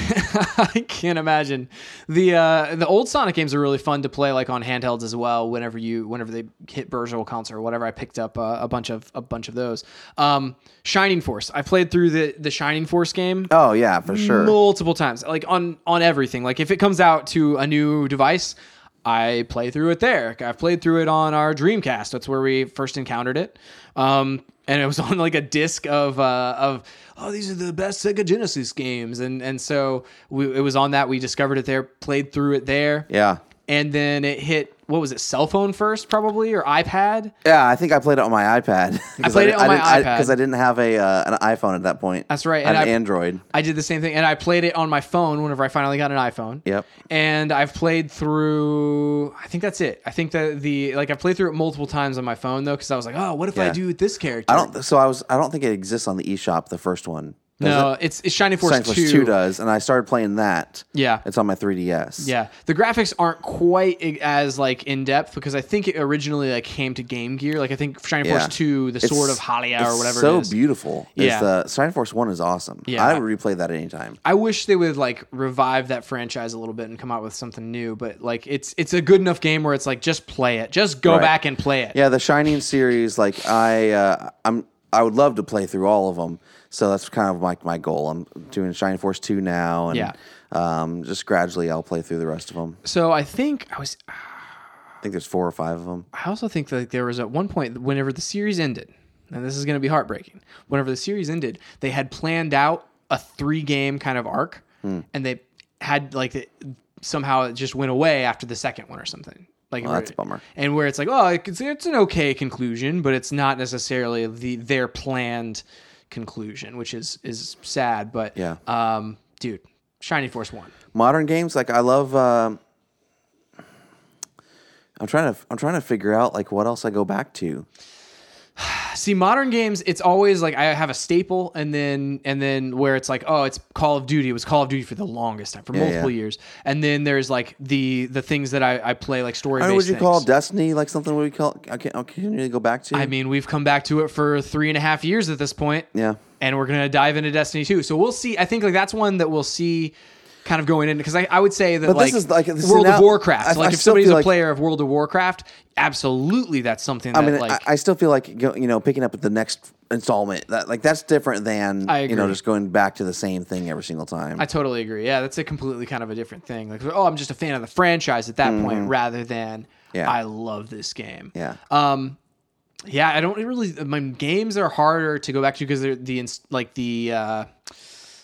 Speaker 1: I can't imagine the uh, the old Sonic games are really fun to play like on handhelds as well. Whenever you whenever they hit virtual console or whatever, I picked up uh, a bunch of a bunch of those. Um, Shining Force. I played through the the Shining Force game
Speaker 2: Oh yeah, for sure.
Speaker 1: multiple times, like on on everything. Like if it comes out to a new device, I play through it there. I've played through it on our Dreamcast. That's where we first encountered it. Um, and it was on like a disc of uh, of oh these are the best Sega Genesis games, and and so we, it was on that. We discovered it there, played through it there,
Speaker 2: Yeah.
Speaker 1: and then it hit what was it cell phone first probably or iPad.
Speaker 2: Yeah, I think I played it on my iPad. I
Speaker 1: played it on my iPad.
Speaker 2: because I didn't have a uh, an iPhone at that point.
Speaker 1: That's right,
Speaker 2: I had
Speaker 1: and
Speaker 2: an
Speaker 1: I-
Speaker 2: Android.
Speaker 1: I did the same thing, and I played it on my phone whenever I finally got an iPhone.
Speaker 2: Yep.
Speaker 1: And I've played through. I think that's it. I think that the like I played through it multiple times on my phone though, because I was like, oh, what if I
Speaker 2: Yeah.
Speaker 1: do with this character?
Speaker 2: I don't. So I was. I don't think it exists on the eShop. The first one. Does
Speaker 1: No,
Speaker 2: it?
Speaker 1: it's it's Shining Force,
Speaker 2: Shining Force
Speaker 1: 2.
Speaker 2: Two does, and I started playing that.
Speaker 1: Yeah.
Speaker 2: It's on my 3DS.
Speaker 1: Yeah, the graphics aren't quite i- as like in depth because I think it originally like came to Game Gear. Like I think Shining
Speaker 2: Yeah.
Speaker 1: Force Two, the Sword of Halia or
Speaker 2: it's
Speaker 1: whatever.
Speaker 2: So
Speaker 1: it is.
Speaker 2: beautiful.
Speaker 1: Yeah.
Speaker 2: Yeah. The Shining Force One is awesome.
Speaker 1: Yeah.
Speaker 2: Yeah. I would replay that anytime.
Speaker 1: I wish they would like revive that franchise a little bit and come out with something new, but like it's it's a good enough game where it's like just play it, just go
Speaker 2: Right.
Speaker 1: back and play it.
Speaker 2: Yeah, the Shining series. Like I, uh, I'm. I would love to play through all of them. So that's kind of like my goal. I'm doing Shining Force Two now, and
Speaker 1: Yeah.
Speaker 2: um, just gradually I'll play through the rest of them.
Speaker 1: So I think I was.
Speaker 2: I think there's four or five of them.
Speaker 1: I also think that there was at one point whenever the series ended, and this is going to be heartbreaking. Whenever the series ended, they had planned out a three-game kind of arc,
Speaker 2: Hmm.
Speaker 1: and they had like the, somehow it just went away after the second one or something. Like where-
Speaker 2: that's a bummer.
Speaker 1: And where it's like, oh, it's, it's an okay conclusion, but it's not necessarily the their planned conclusion, which is is sad. But
Speaker 2: Yeah.
Speaker 1: um, dude, Shining Force One.
Speaker 2: Modern games, like I love. um I'm trying to. I'm trying to figure out like what else I go back to.
Speaker 1: See, modern games, it's always like I have a staple, and then and then where it's like, oh, it's Call of Duty. It was Call of Duty for the longest time, for multiple
Speaker 2: yeah.
Speaker 1: years, and then there's like the the things that I, I play like story
Speaker 2: I mean, would
Speaker 1: based
Speaker 2: you
Speaker 1: things.
Speaker 2: call Destiny like something we call? I can, I can really go back to.
Speaker 1: I mean, we've come back to it for three and a half years at this point,
Speaker 2: yeah.
Speaker 1: and we're gonna dive into Destiny too. So we'll see. I think like that's one that we'll see. Kind of going in because I, I would say that
Speaker 2: But
Speaker 1: like,
Speaker 2: this is, like, this is
Speaker 1: World of
Speaker 2: now-
Speaker 1: Warcraft.
Speaker 2: I-
Speaker 1: like
Speaker 2: I
Speaker 1: if
Speaker 2: still
Speaker 1: somebody's a
Speaker 2: feel like-
Speaker 1: player of World of Warcraft, absolutely that's something that
Speaker 2: I mean,
Speaker 1: like
Speaker 2: I, I still feel like go- you know picking up at the next installment. That like that's different than
Speaker 1: I
Speaker 2: you know
Speaker 1: agree.
Speaker 2: just going back to the same thing every single time.
Speaker 1: I totally agree. Yeah, that's a completely kind of a different thing. Like, oh, I'm just a fan of the franchise at that point, rather than
Speaker 2: Mm-hmm. Yeah.
Speaker 1: I love this game.
Speaker 2: yeah,
Speaker 1: yeah. I don't really. My games are harder to go back to because they're the ins- like the uh,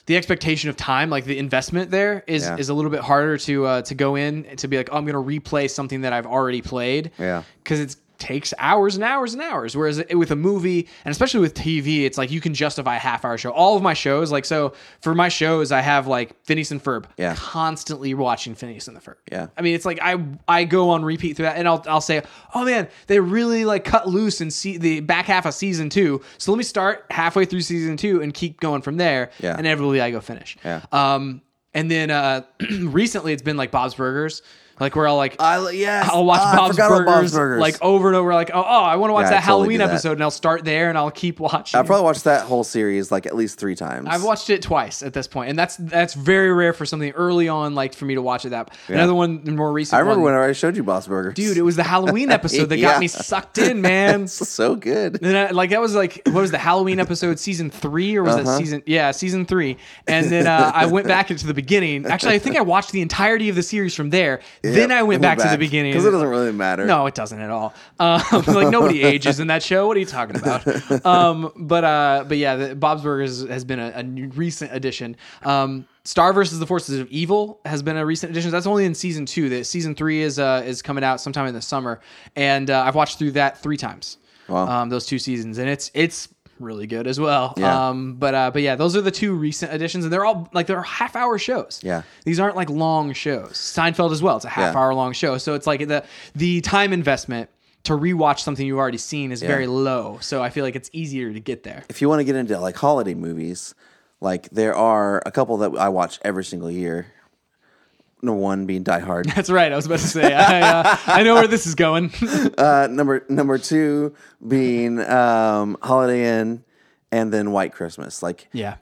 Speaker 1: the expectation of time, like the investment there is
Speaker 2: Yeah.
Speaker 1: is a little bit harder to uh, to go in and to be like, oh, I'm going to replay something that I've already played.
Speaker 2: Yeah.
Speaker 1: because it takes hours and hours and hours. Whereas it- with a movie and especially with TV, it's like you can justify a half hour show. All of my shows, like so for my shows, I have like Phineas and Ferb.
Speaker 2: Yeah.
Speaker 1: constantly watching Phineas and the Ferb.
Speaker 2: Yeah.
Speaker 1: I mean, it's like I I go on repeat through that, and I'll I'll say, oh man, they really like cut loose in see the back half of season two. So let me start halfway through season two and keep going from there.
Speaker 2: Yeah.
Speaker 1: And inevitably I go finish.
Speaker 2: Yeah.
Speaker 1: Um, and then uh, recently it's been like Bob's Burgers, like we're all like.
Speaker 2: I yes.
Speaker 1: I'll watch
Speaker 2: Ah, Uh, I
Speaker 1: Bob's,
Speaker 2: forgot
Speaker 1: Burgers,
Speaker 2: about
Speaker 1: like over and over. Like, oh, oh I want to watch
Speaker 2: Yeah, I
Speaker 1: that
Speaker 2: totally
Speaker 1: Halloween
Speaker 2: do that.
Speaker 1: episode, and I'll start there, and I'll keep watching.
Speaker 2: I probably watched that whole series like at least three times.
Speaker 1: I've watched it twice at this point, and that's that's very rare for something early on, like for me to watch it. That another one, the more recent.
Speaker 2: I remember
Speaker 1: one,
Speaker 2: when I showed you Boss Burgers,
Speaker 1: dude it was the halloween episode that got
Speaker 2: Yeah.
Speaker 1: me sucked in man
Speaker 2: It's so good.
Speaker 1: then I, like that was like what was the halloween episode season three or was
Speaker 2: Uh-huh.
Speaker 1: that season yeah season three and then uh, i went back into the beginning actually i think i watched the entirety of the series from there then i went back, to the beginning
Speaker 2: because it doesn't really matter.
Speaker 1: no, it doesn't at all. Um, like nobody ages in that show. What are you talking about? Um, but uh, but yeah, the, Bob's Burgers has been a, a new- recent addition. Um, Star versus the Forces of Evil has been a recent addition. That's only in season two. That season three is uh, is coming out sometime in the summer, and uh, I've watched through that three times.
Speaker 2: Wow.
Speaker 1: Um, those two seasons, and it's it's really good as well.
Speaker 2: Yeah.
Speaker 1: Um, but uh, but yeah, those are the two recent additions, and they're all like they're half hour shows.
Speaker 2: Yeah.
Speaker 1: These aren't like long shows. Seinfeld as well. It's a half
Speaker 2: Yeah.
Speaker 1: hour long show. So it's like the the time investment to rewatch something you've already seen is very low. So I feel like it's easier to get there.
Speaker 2: if you want to get into like holiday movies, like there are a couple that I watch every single year. Number one being Die Hard.
Speaker 1: That's right. I was about to say I, uh, I know where this is going.
Speaker 2: Uh, number number two being um, Holiday Inn, and then White Christmas. Like
Speaker 1: yeah.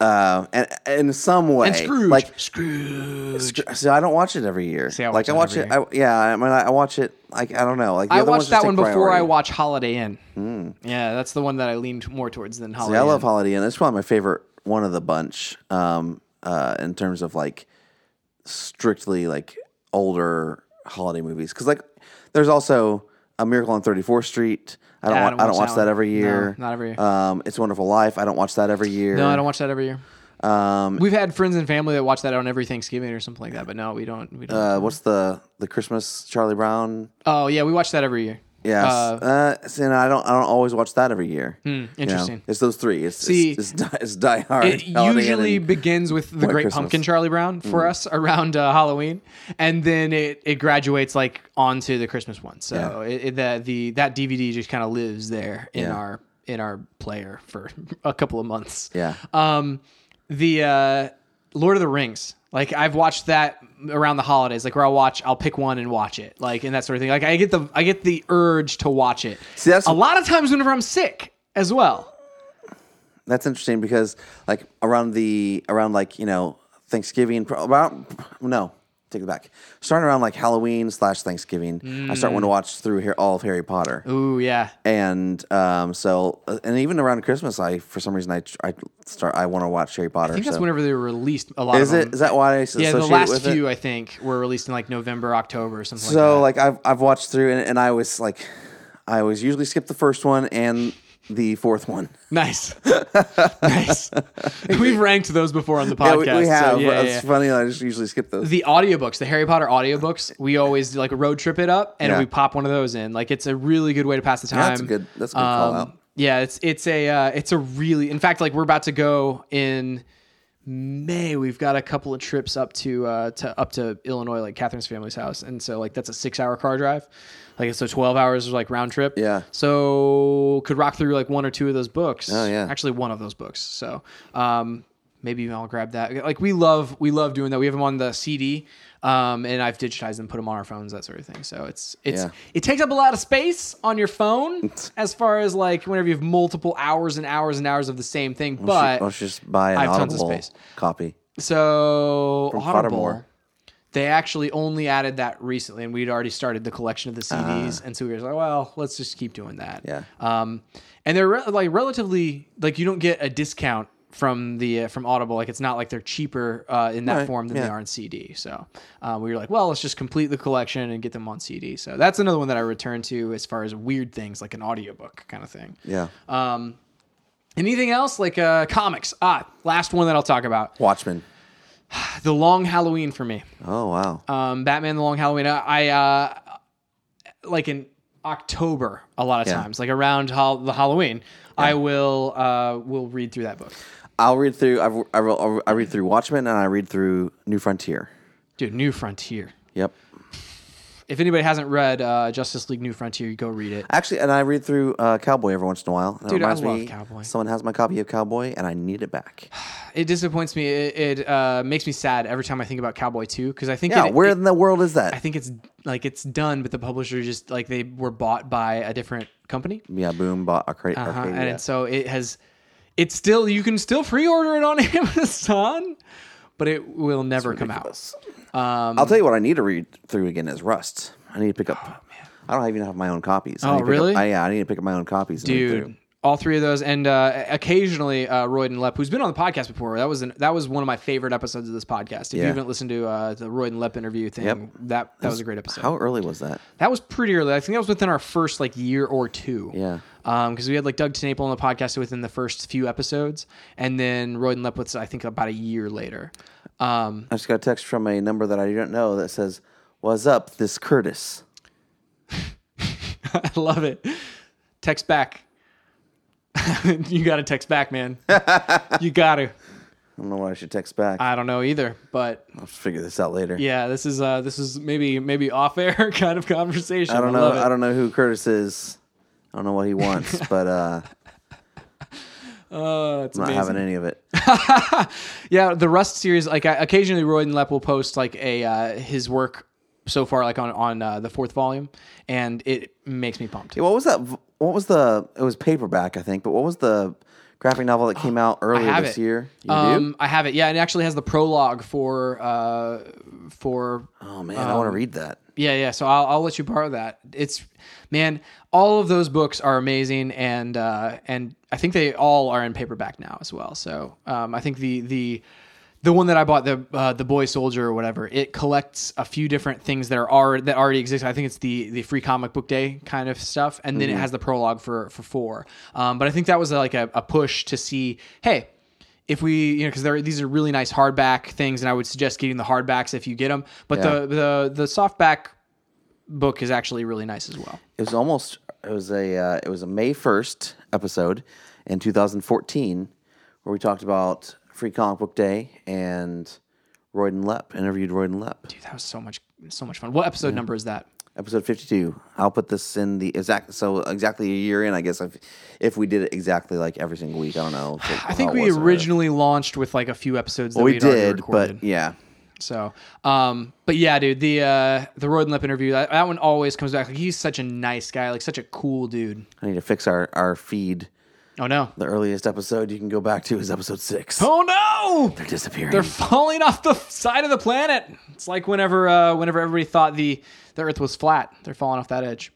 Speaker 2: uh, and, and in some way,
Speaker 1: And Scrooge.
Speaker 2: like
Speaker 1: Scrooge.
Speaker 2: Scr- So I don't watch it every year.
Speaker 1: I watch
Speaker 2: like
Speaker 1: it
Speaker 2: I watch
Speaker 1: every
Speaker 2: it. I, yeah, I mean, I watch it. Like I don't know. Like the
Speaker 1: I
Speaker 2: other ones
Speaker 1: watched
Speaker 2: just
Speaker 1: that one
Speaker 2: take
Speaker 1: before I
Speaker 2: priority.
Speaker 1: watched Holiday Inn. Yeah, that's the one that I leaned more towards than Holiday
Speaker 2: Yeah, I
Speaker 1: Inn.
Speaker 2: love Holiday Inn. It's probably my favorite one of the bunch. Um, uh, in terms of like strictly like older holiday movies, because like there's also A Miracle on 34th Street. I don't.
Speaker 1: Yeah,
Speaker 2: want, I don't watch that,
Speaker 1: one.
Speaker 2: every
Speaker 1: No,
Speaker 2: year.
Speaker 1: not every year.
Speaker 2: Um, It's a Wonderful Life. I don't watch that every year.
Speaker 1: No, I don't watch that every year.
Speaker 2: Um,
Speaker 1: We've had friends and family that watch that on every Thanksgiving or something like that, but no, we don't. We don't.
Speaker 2: uh, what's the the Christmas Charlie Brown?
Speaker 1: oh yeah, we watch that every year.
Speaker 2: Yeah,
Speaker 1: Uh, Hmm,
Speaker 2: uh, see, and I don't. I don't always watch that every year. You know,
Speaker 1: interesting.
Speaker 2: it's those three. It's
Speaker 1: See,
Speaker 2: it's, it's, die, it's Die Hard.
Speaker 1: It
Speaker 2: Holiday Inn,
Speaker 1: usually
Speaker 2: and-
Speaker 1: begins with the Great
Speaker 2: Christmas. Mm.
Speaker 1: Pumpkin Charlie Brown for us around uh, Halloween, and then it, it graduates like onto the Christmas one. So it, it, the the that DVD just kind of lives there in
Speaker 2: Yeah.
Speaker 1: our in our player for a couple of months.
Speaker 2: yeah.
Speaker 1: Um, the uh, Lord of the Rings. Like I've watched that around the holidays. Like where I'll watch, I'll pick one and watch it. Like and that sort of thing. Like I get the I get the urge to watch it.
Speaker 2: See, that's-
Speaker 1: a lot of times whenever I'm sick as well.
Speaker 2: That's interesting because like around the around like you know Thanksgiving pro- about no take it back starting around like Halloween slash Thanksgiving I start wanting to watch through here all of Harry Potter
Speaker 1: Mm. Ooh yeah.
Speaker 2: and um so uh, and even around Christmas I for some reason I tr- I start I want to watch Harry Potter
Speaker 1: I think that's
Speaker 2: so.
Speaker 1: whenever they were released. A lot
Speaker 2: is
Speaker 1: of
Speaker 2: it
Speaker 1: them.
Speaker 2: is that why I s-
Speaker 1: Yeah,
Speaker 2: associate
Speaker 1: the
Speaker 2: it
Speaker 1: last
Speaker 2: with it?
Speaker 1: few I think were released in like November, October, or something.
Speaker 2: so
Speaker 1: like uh,
Speaker 2: like I've I've watched through and, and I was like I always usually skip the first one and the fourth one.
Speaker 1: that. nice, nice. We've ranked those before on the
Speaker 2: Yeah,
Speaker 1: podcast.
Speaker 2: we, we
Speaker 1: so
Speaker 2: have.
Speaker 1: yeah,
Speaker 2: it's
Speaker 1: yeah.
Speaker 2: funny. I just usually skip those.
Speaker 1: the audiobooks, the Harry Potter audiobooks, we always like road trip it up and
Speaker 2: Yeah.
Speaker 1: we pop one of those in. Like it's a really good way to pass the time. um,
Speaker 2: that's a good- that's a good call out.
Speaker 1: Yeah, it's it's a uh, it's a really in fact like we're about to go in May. We've got a couple of trips up to uh, to up to Illinois, like Catherine's family's house, and so like that's a six hour car drive. Like so, twelve hours is like round trip.
Speaker 2: Yeah.
Speaker 1: So could rock through like one or two of those books. Oh
Speaker 2: yeah.
Speaker 1: actually one of those books. So um, maybe I'll grab that. Like we love we love doing that. We have them on the CD, um, and I've digitized them, put them on our phones, that sort of thing. So it's it's
Speaker 2: Yeah.
Speaker 1: it takes up a lot of space on your phone as far as like whenever you have multiple hours and hours and hours of the same thing.
Speaker 2: Why
Speaker 1: But
Speaker 2: don't you just buy an
Speaker 1: I have tons of
Speaker 2: Audible
Speaker 1: space.
Speaker 2: copy?
Speaker 1: so Audible,
Speaker 2: Pottermore.
Speaker 1: they actually only added that recently, and we'd already started the collection of the CDs, and so we were like, well, let's just keep doing that.
Speaker 2: Ah. Yeah.
Speaker 1: Um, and they're re- like relatively like you don't get a discount from the uh, from Audible. Like it's not like they're cheaper uh, in that
Speaker 2: Right,
Speaker 1: form than they
Speaker 2: yeah.
Speaker 1: are on CD. So uh, we were like, well, let's just complete the collection and get them on CD. So that's another one that I return to as far as weird things like an audiobook kind of thing.
Speaker 2: Yeah.
Speaker 1: Uh, Anything else like uh, comics? Ah, last one that I'll talk about.
Speaker 2: Watchmen.
Speaker 1: The Long Halloween for me.
Speaker 2: Oh wow.
Speaker 1: um, Batman: The Long Halloween. I, I uh, like in October a lot of
Speaker 2: Yeah.
Speaker 1: times, like around hol- the Halloween, I will uh, will read through that book.
Speaker 2: I'll read through. I've, I, will, I read through Watchmen and I read through New Frontier.
Speaker 1: Dude, New Frontier.
Speaker 2: Yep.
Speaker 1: If anybody hasn't read uh, Justice League New Frontier, you go read it.
Speaker 2: Actually, and I read through uh, Cowboy every once in a while. And it
Speaker 1: Dude, I
Speaker 2: reminds
Speaker 1: love
Speaker 2: me,
Speaker 1: Cowboy.
Speaker 2: Someone has my copy of Cowboy and I need it back.
Speaker 1: It disappoints me. It, it uh, makes me sad every time I think about Cowboy 2 because I think
Speaker 2: Yeah.
Speaker 1: it-
Speaker 2: where
Speaker 1: it-
Speaker 2: in the world is that?
Speaker 1: I think it's like it's done, but the publisher just like they were bought by a different company.
Speaker 2: yeah. Boom. Bought Arcade.
Speaker 1: Uh-huh,
Speaker 2: Arcadia.
Speaker 1: and so it has it's still you can still pre-order it on amazon but it will never come out um,
Speaker 2: I'll tell you what I need to read through again is Rust. I need to pick up. I don't even have my own copies. I
Speaker 1: Oh,
Speaker 2: need to pick up-
Speaker 1: really?
Speaker 2: I, yeah, I need to pick up my own copies. and read through.
Speaker 1: dude all three of those and uh, occasionally uh, royd and lep who's been on the podcast before that was an, that was one of my favorite episodes of this podcast if you
Speaker 2: Yeah.
Speaker 1: haven't listened to uh, the royd and lep interview thing
Speaker 2: Yep.
Speaker 1: that that was a great episode
Speaker 2: How early was that?
Speaker 1: that was pretty early i think that was within our first like year or two
Speaker 2: Yeah.
Speaker 1: because we had like Doug Tenable on the podcast within the first few episodes, and then Royd and Lep was I think about a year later. Um,
Speaker 2: I just got a text from a number that I don't know that says, "What's up, this Curtis?"
Speaker 1: I love it. Text back. you got to text back, man. you got to.
Speaker 2: I don't know what I should text back.
Speaker 1: I don't know either, but
Speaker 2: I'll figure this out later.
Speaker 1: yeah, this is uh this is maybe maybe off air kind of conversation.
Speaker 2: I don't know.
Speaker 1: love it.
Speaker 2: I don't know who Curtis is. I don't know what he wants, but uh,
Speaker 1: Uh, it's
Speaker 2: I'm not
Speaker 1: amazing.
Speaker 2: having any of it.
Speaker 1: Yeah, the Rust series. Like I, occasionally, Royd and Lep will post like a uh, his work so far, like on on uh, the fourth volume, and it makes me pumped.
Speaker 2: What was that? v- What was the? It was paperback, I think. But what was the graphic novel that came out earlier
Speaker 1: have
Speaker 2: this
Speaker 1: it.
Speaker 2: year. You do?
Speaker 1: Um, I have it. Yeah, it actually has the prologue for uh, for
Speaker 2: Oh man, I want to
Speaker 1: um,
Speaker 2: read that.
Speaker 1: yeah yeah. So I'll, I'll let you borrow that. It's man, all of those books are amazing, and uh, and I think they all are in paperback now as well. So um, I think the the the one that I bought the uh, the boy soldier or whatever it collects a few different things that are already, that already exist. I think it's the the free comic book day kind of stuff, and then it has the prologue for for four. Um, but I think that was like a, a push to see hey if we you know because these are really nice hardback things and i would suggest getting the hardbacks if you get them but the the the softback book is actually really nice as well
Speaker 2: It was almost it was a uh, it was a May first episode in 2014 where we talked about Free Comic Book Day and Royden Lepp interviewed Royden Lepp.
Speaker 1: Dude, that was so much so much fun what episode number is that
Speaker 2: episode 52 i'll put this in the exact so exactly a year in i guess if, if we did it exactly like every single week i don't know if it-
Speaker 1: i think
Speaker 2: how it
Speaker 1: we
Speaker 2: was or-
Speaker 1: originally launched with like a few episodes that
Speaker 2: we
Speaker 1: we'd already
Speaker 2: did
Speaker 1: recorded.
Speaker 2: but yeah
Speaker 1: So, um, but yeah, dude, the uh, the Royden Lip interview that, that one always comes back. Like, he's such a nice guy, like such a cool dude.
Speaker 2: i need to fix our our feed
Speaker 1: Oh no!
Speaker 2: the earliest episode you can go back to is episode six
Speaker 1: Oh no!
Speaker 2: they're disappearing
Speaker 1: They're falling off the side of the planet. It's like whenever uh, whenever everybody thought the the Earth was flat, they're falling off that edge.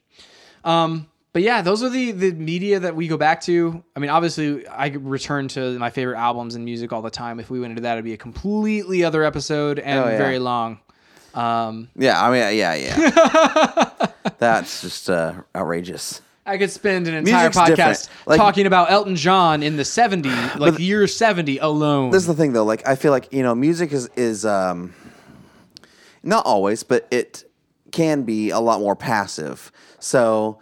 Speaker 1: Um, but yeah, those are the the media that we go back to. I mean, obviously, I could return to my favorite albums and music all the time. If we went into that, it'd be a completely other episode and
Speaker 2: Oh, yeah.
Speaker 1: very long. Um,
Speaker 2: yeah i mean yeah yeah that's just uh outrageous
Speaker 1: I could spend an entire
Speaker 2: Music's
Speaker 1: podcast
Speaker 2: different. Like-
Speaker 1: talking about Elton John in the 70s, like year 70 alone.
Speaker 2: this is the thing though like i feel like you know music is is um not always but it can be a lot more passive so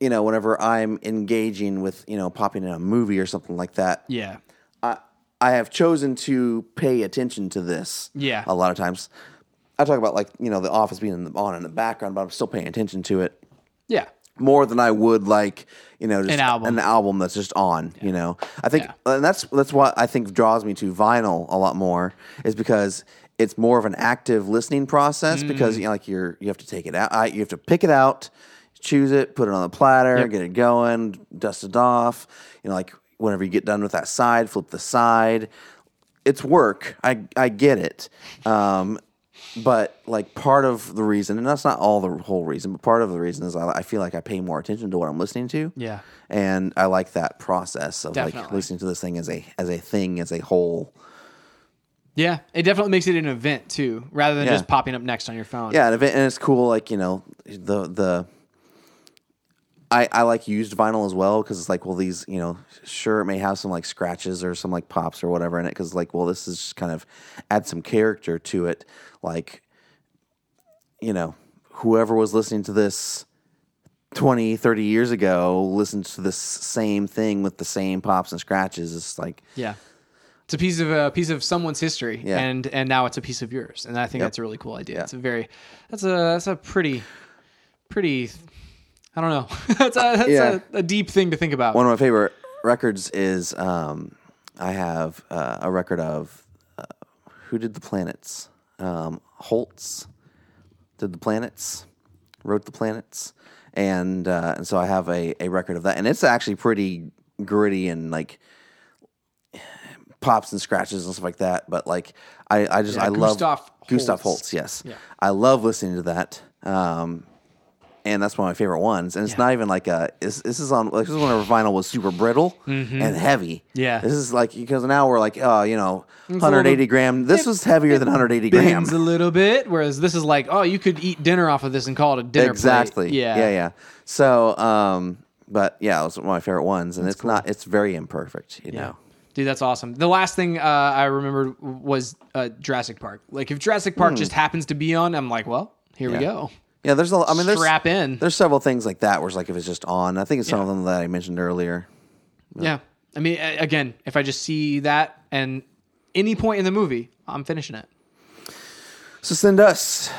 Speaker 2: you know whenever i'm engaging with you know popping in a movie or something like that
Speaker 1: yeah.
Speaker 2: i i have chosen to pay attention to this
Speaker 1: Yeah.
Speaker 2: a lot of times i talk about like you know the office being in the, on in the background but i'm still paying attention to it
Speaker 1: Yeah.
Speaker 2: more than I would like you know just
Speaker 1: An album.
Speaker 2: album that's just on you know I think
Speaker 1: Yeah.
Speaker 2: and that's that's what I think draws me to vinyl a lot more is because it's more of an active listening
Speaker 1: Mm.
Speaker 2: process because you know, like you're you have to take it out I, you have to pick it out choose it put it on the platter get it going dust it off you know like whenever you get done with that side flip the side it's work I I get it um but like part of the reason, and that's not all the whole reason, but part of the reason is I, I feel like I pay more attention to what I'm listening to.
Speaker 1: Yeah.
Speaker 2: and I like that process of like
Speaker 1: Definitely.
Speaker 2: listening to this thing as a as a thing as a whole.
Speaker 1: Yeah. It definitely makes it an event too, rather than
Speaker 2: Yeah.
Speaker 1: just popping up next on your phone.
Speaker 2: Yeah, and, if it, and it's cool. Like you know the the. I, I like used vinyl as well because it's like well these you know sure it may have some like scratches or some like pops or whatever in it because like well this is just kind of add some character to it like you know whoever was listening to this 20 30 years ago listened to this same thing with the same pops and scratches it's like
Speaker 1: Yeah. It's a piece of a piece of someone's history,
Speaker 2: Yeah.
Speaker 1: and and now it's a piece of yours, and I think that's a really cool idea. It's a very, that's a that's a pretty, pretty, I don't know, that's, a, that's
Speaker 2: Yeah.
Speaker 1: a, a deep thing to think about.
Speaker 2: one of my favorite records is um, I have uh, a record of uh, who did the planets? Um, Holtz did the planets, wrote the planets, and uh, and so I have a, a record of that, and it's actually pretty gritty and like pops and scratches and stuff like that. But like I, I just
Speaker 1: Yeah,
Speaker 2: I love
Speaker 1: Gustav
Speaker 2: Gustav
Speaker 1: Holst.
Speaker 2: Holtz. Yes, I love listening to that. Um, and that's one of my favorite ones. And it's not even like a. This, this is on. Like, this is whenever vinyl was super brittle and heavy.
Speaker 1: Mm-hmm. Yeah.
Speaker 2: this is like because now we're like, oh, you know, 180 gram. This was heavier than 180 grams.
Speaker 1: Bends a little bit, whereas this is like, oh, you could eat dinner off of this and call it a dinner. plate.
Speaker 2: exactly.
Speaker 1: Yeah.
Speaker 2: yeah, yeah. So, um, but yeah, it was one of my favorite ones, and it's not. It's very imperfect, you know.
Speaker 1: Dude, that's awesome. The last thing uh, I remembered was uh, Jurassic Park. Like, if Jurassic Park just happens to be on, I'm like, well, here we go.
Speaker 2: Hmm. Yeah, there's a. I mean, there's
Speaker 1: Strap in.
Speaker 2: there's several things like that where it's like if it's just on. I think it's some of them that I mentioned earlier.
Speaker 1: Yeah. I mean, a- again, if I just see that and any point in the movie, I'm finishing it.
Speaker 2: So send us,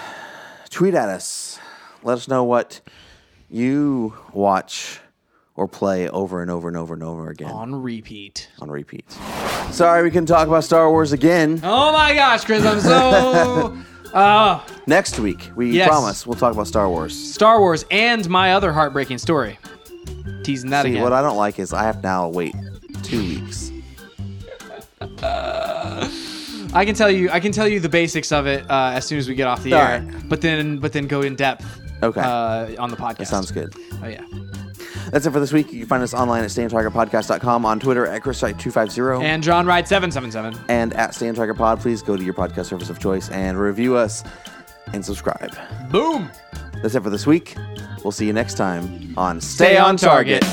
Speaker 2: tweet at us, let us know what you watch or play over and over and over and over again
Speaker 1: on repeat.
Speaker 2: on repeat. Sorry, we couldn't talk about Star Wars again.
Speaker 1: Oh my gosh, Chris, I'm so
Speaker 2: Next week, we
Speaker 1: Yes.
Speaker 2: promise we'll talk about Star Wars.
Speaker 1: Star Wars and my other heartbreaking story. Teasing that
Speaker 2: See,
Speaker 1: again.
Speaker 2: what I don't like is I have to now wait two weeks
Speaker 1: I can tell you, I can tell you the basics of it uh, as soon as we get off the
Speaker 2: All
Speaker 1: air.
Speaker 2: right.
Speaker 1: But then, but then go in depth.
Speaker 2: Okay.
Speaker 1: Uh, on the podcast.
Speaker 2: Sounds good.
Speaker 1: Oh yeah.
Speaker 2: That's it for this week. You can find us online at standtigerpodcast.com, on Twitter at ChrisWright250, and,
Speaker 1: And John Ride seven seven seven.
Speaker 2: at StandTigerPod. Please go to your podcast service of choice and review us and subscribe.
Speaker 1: Boom.
Speaker 2: That's it for this week. We'll see you next time on
Speaker 1: Stay on target.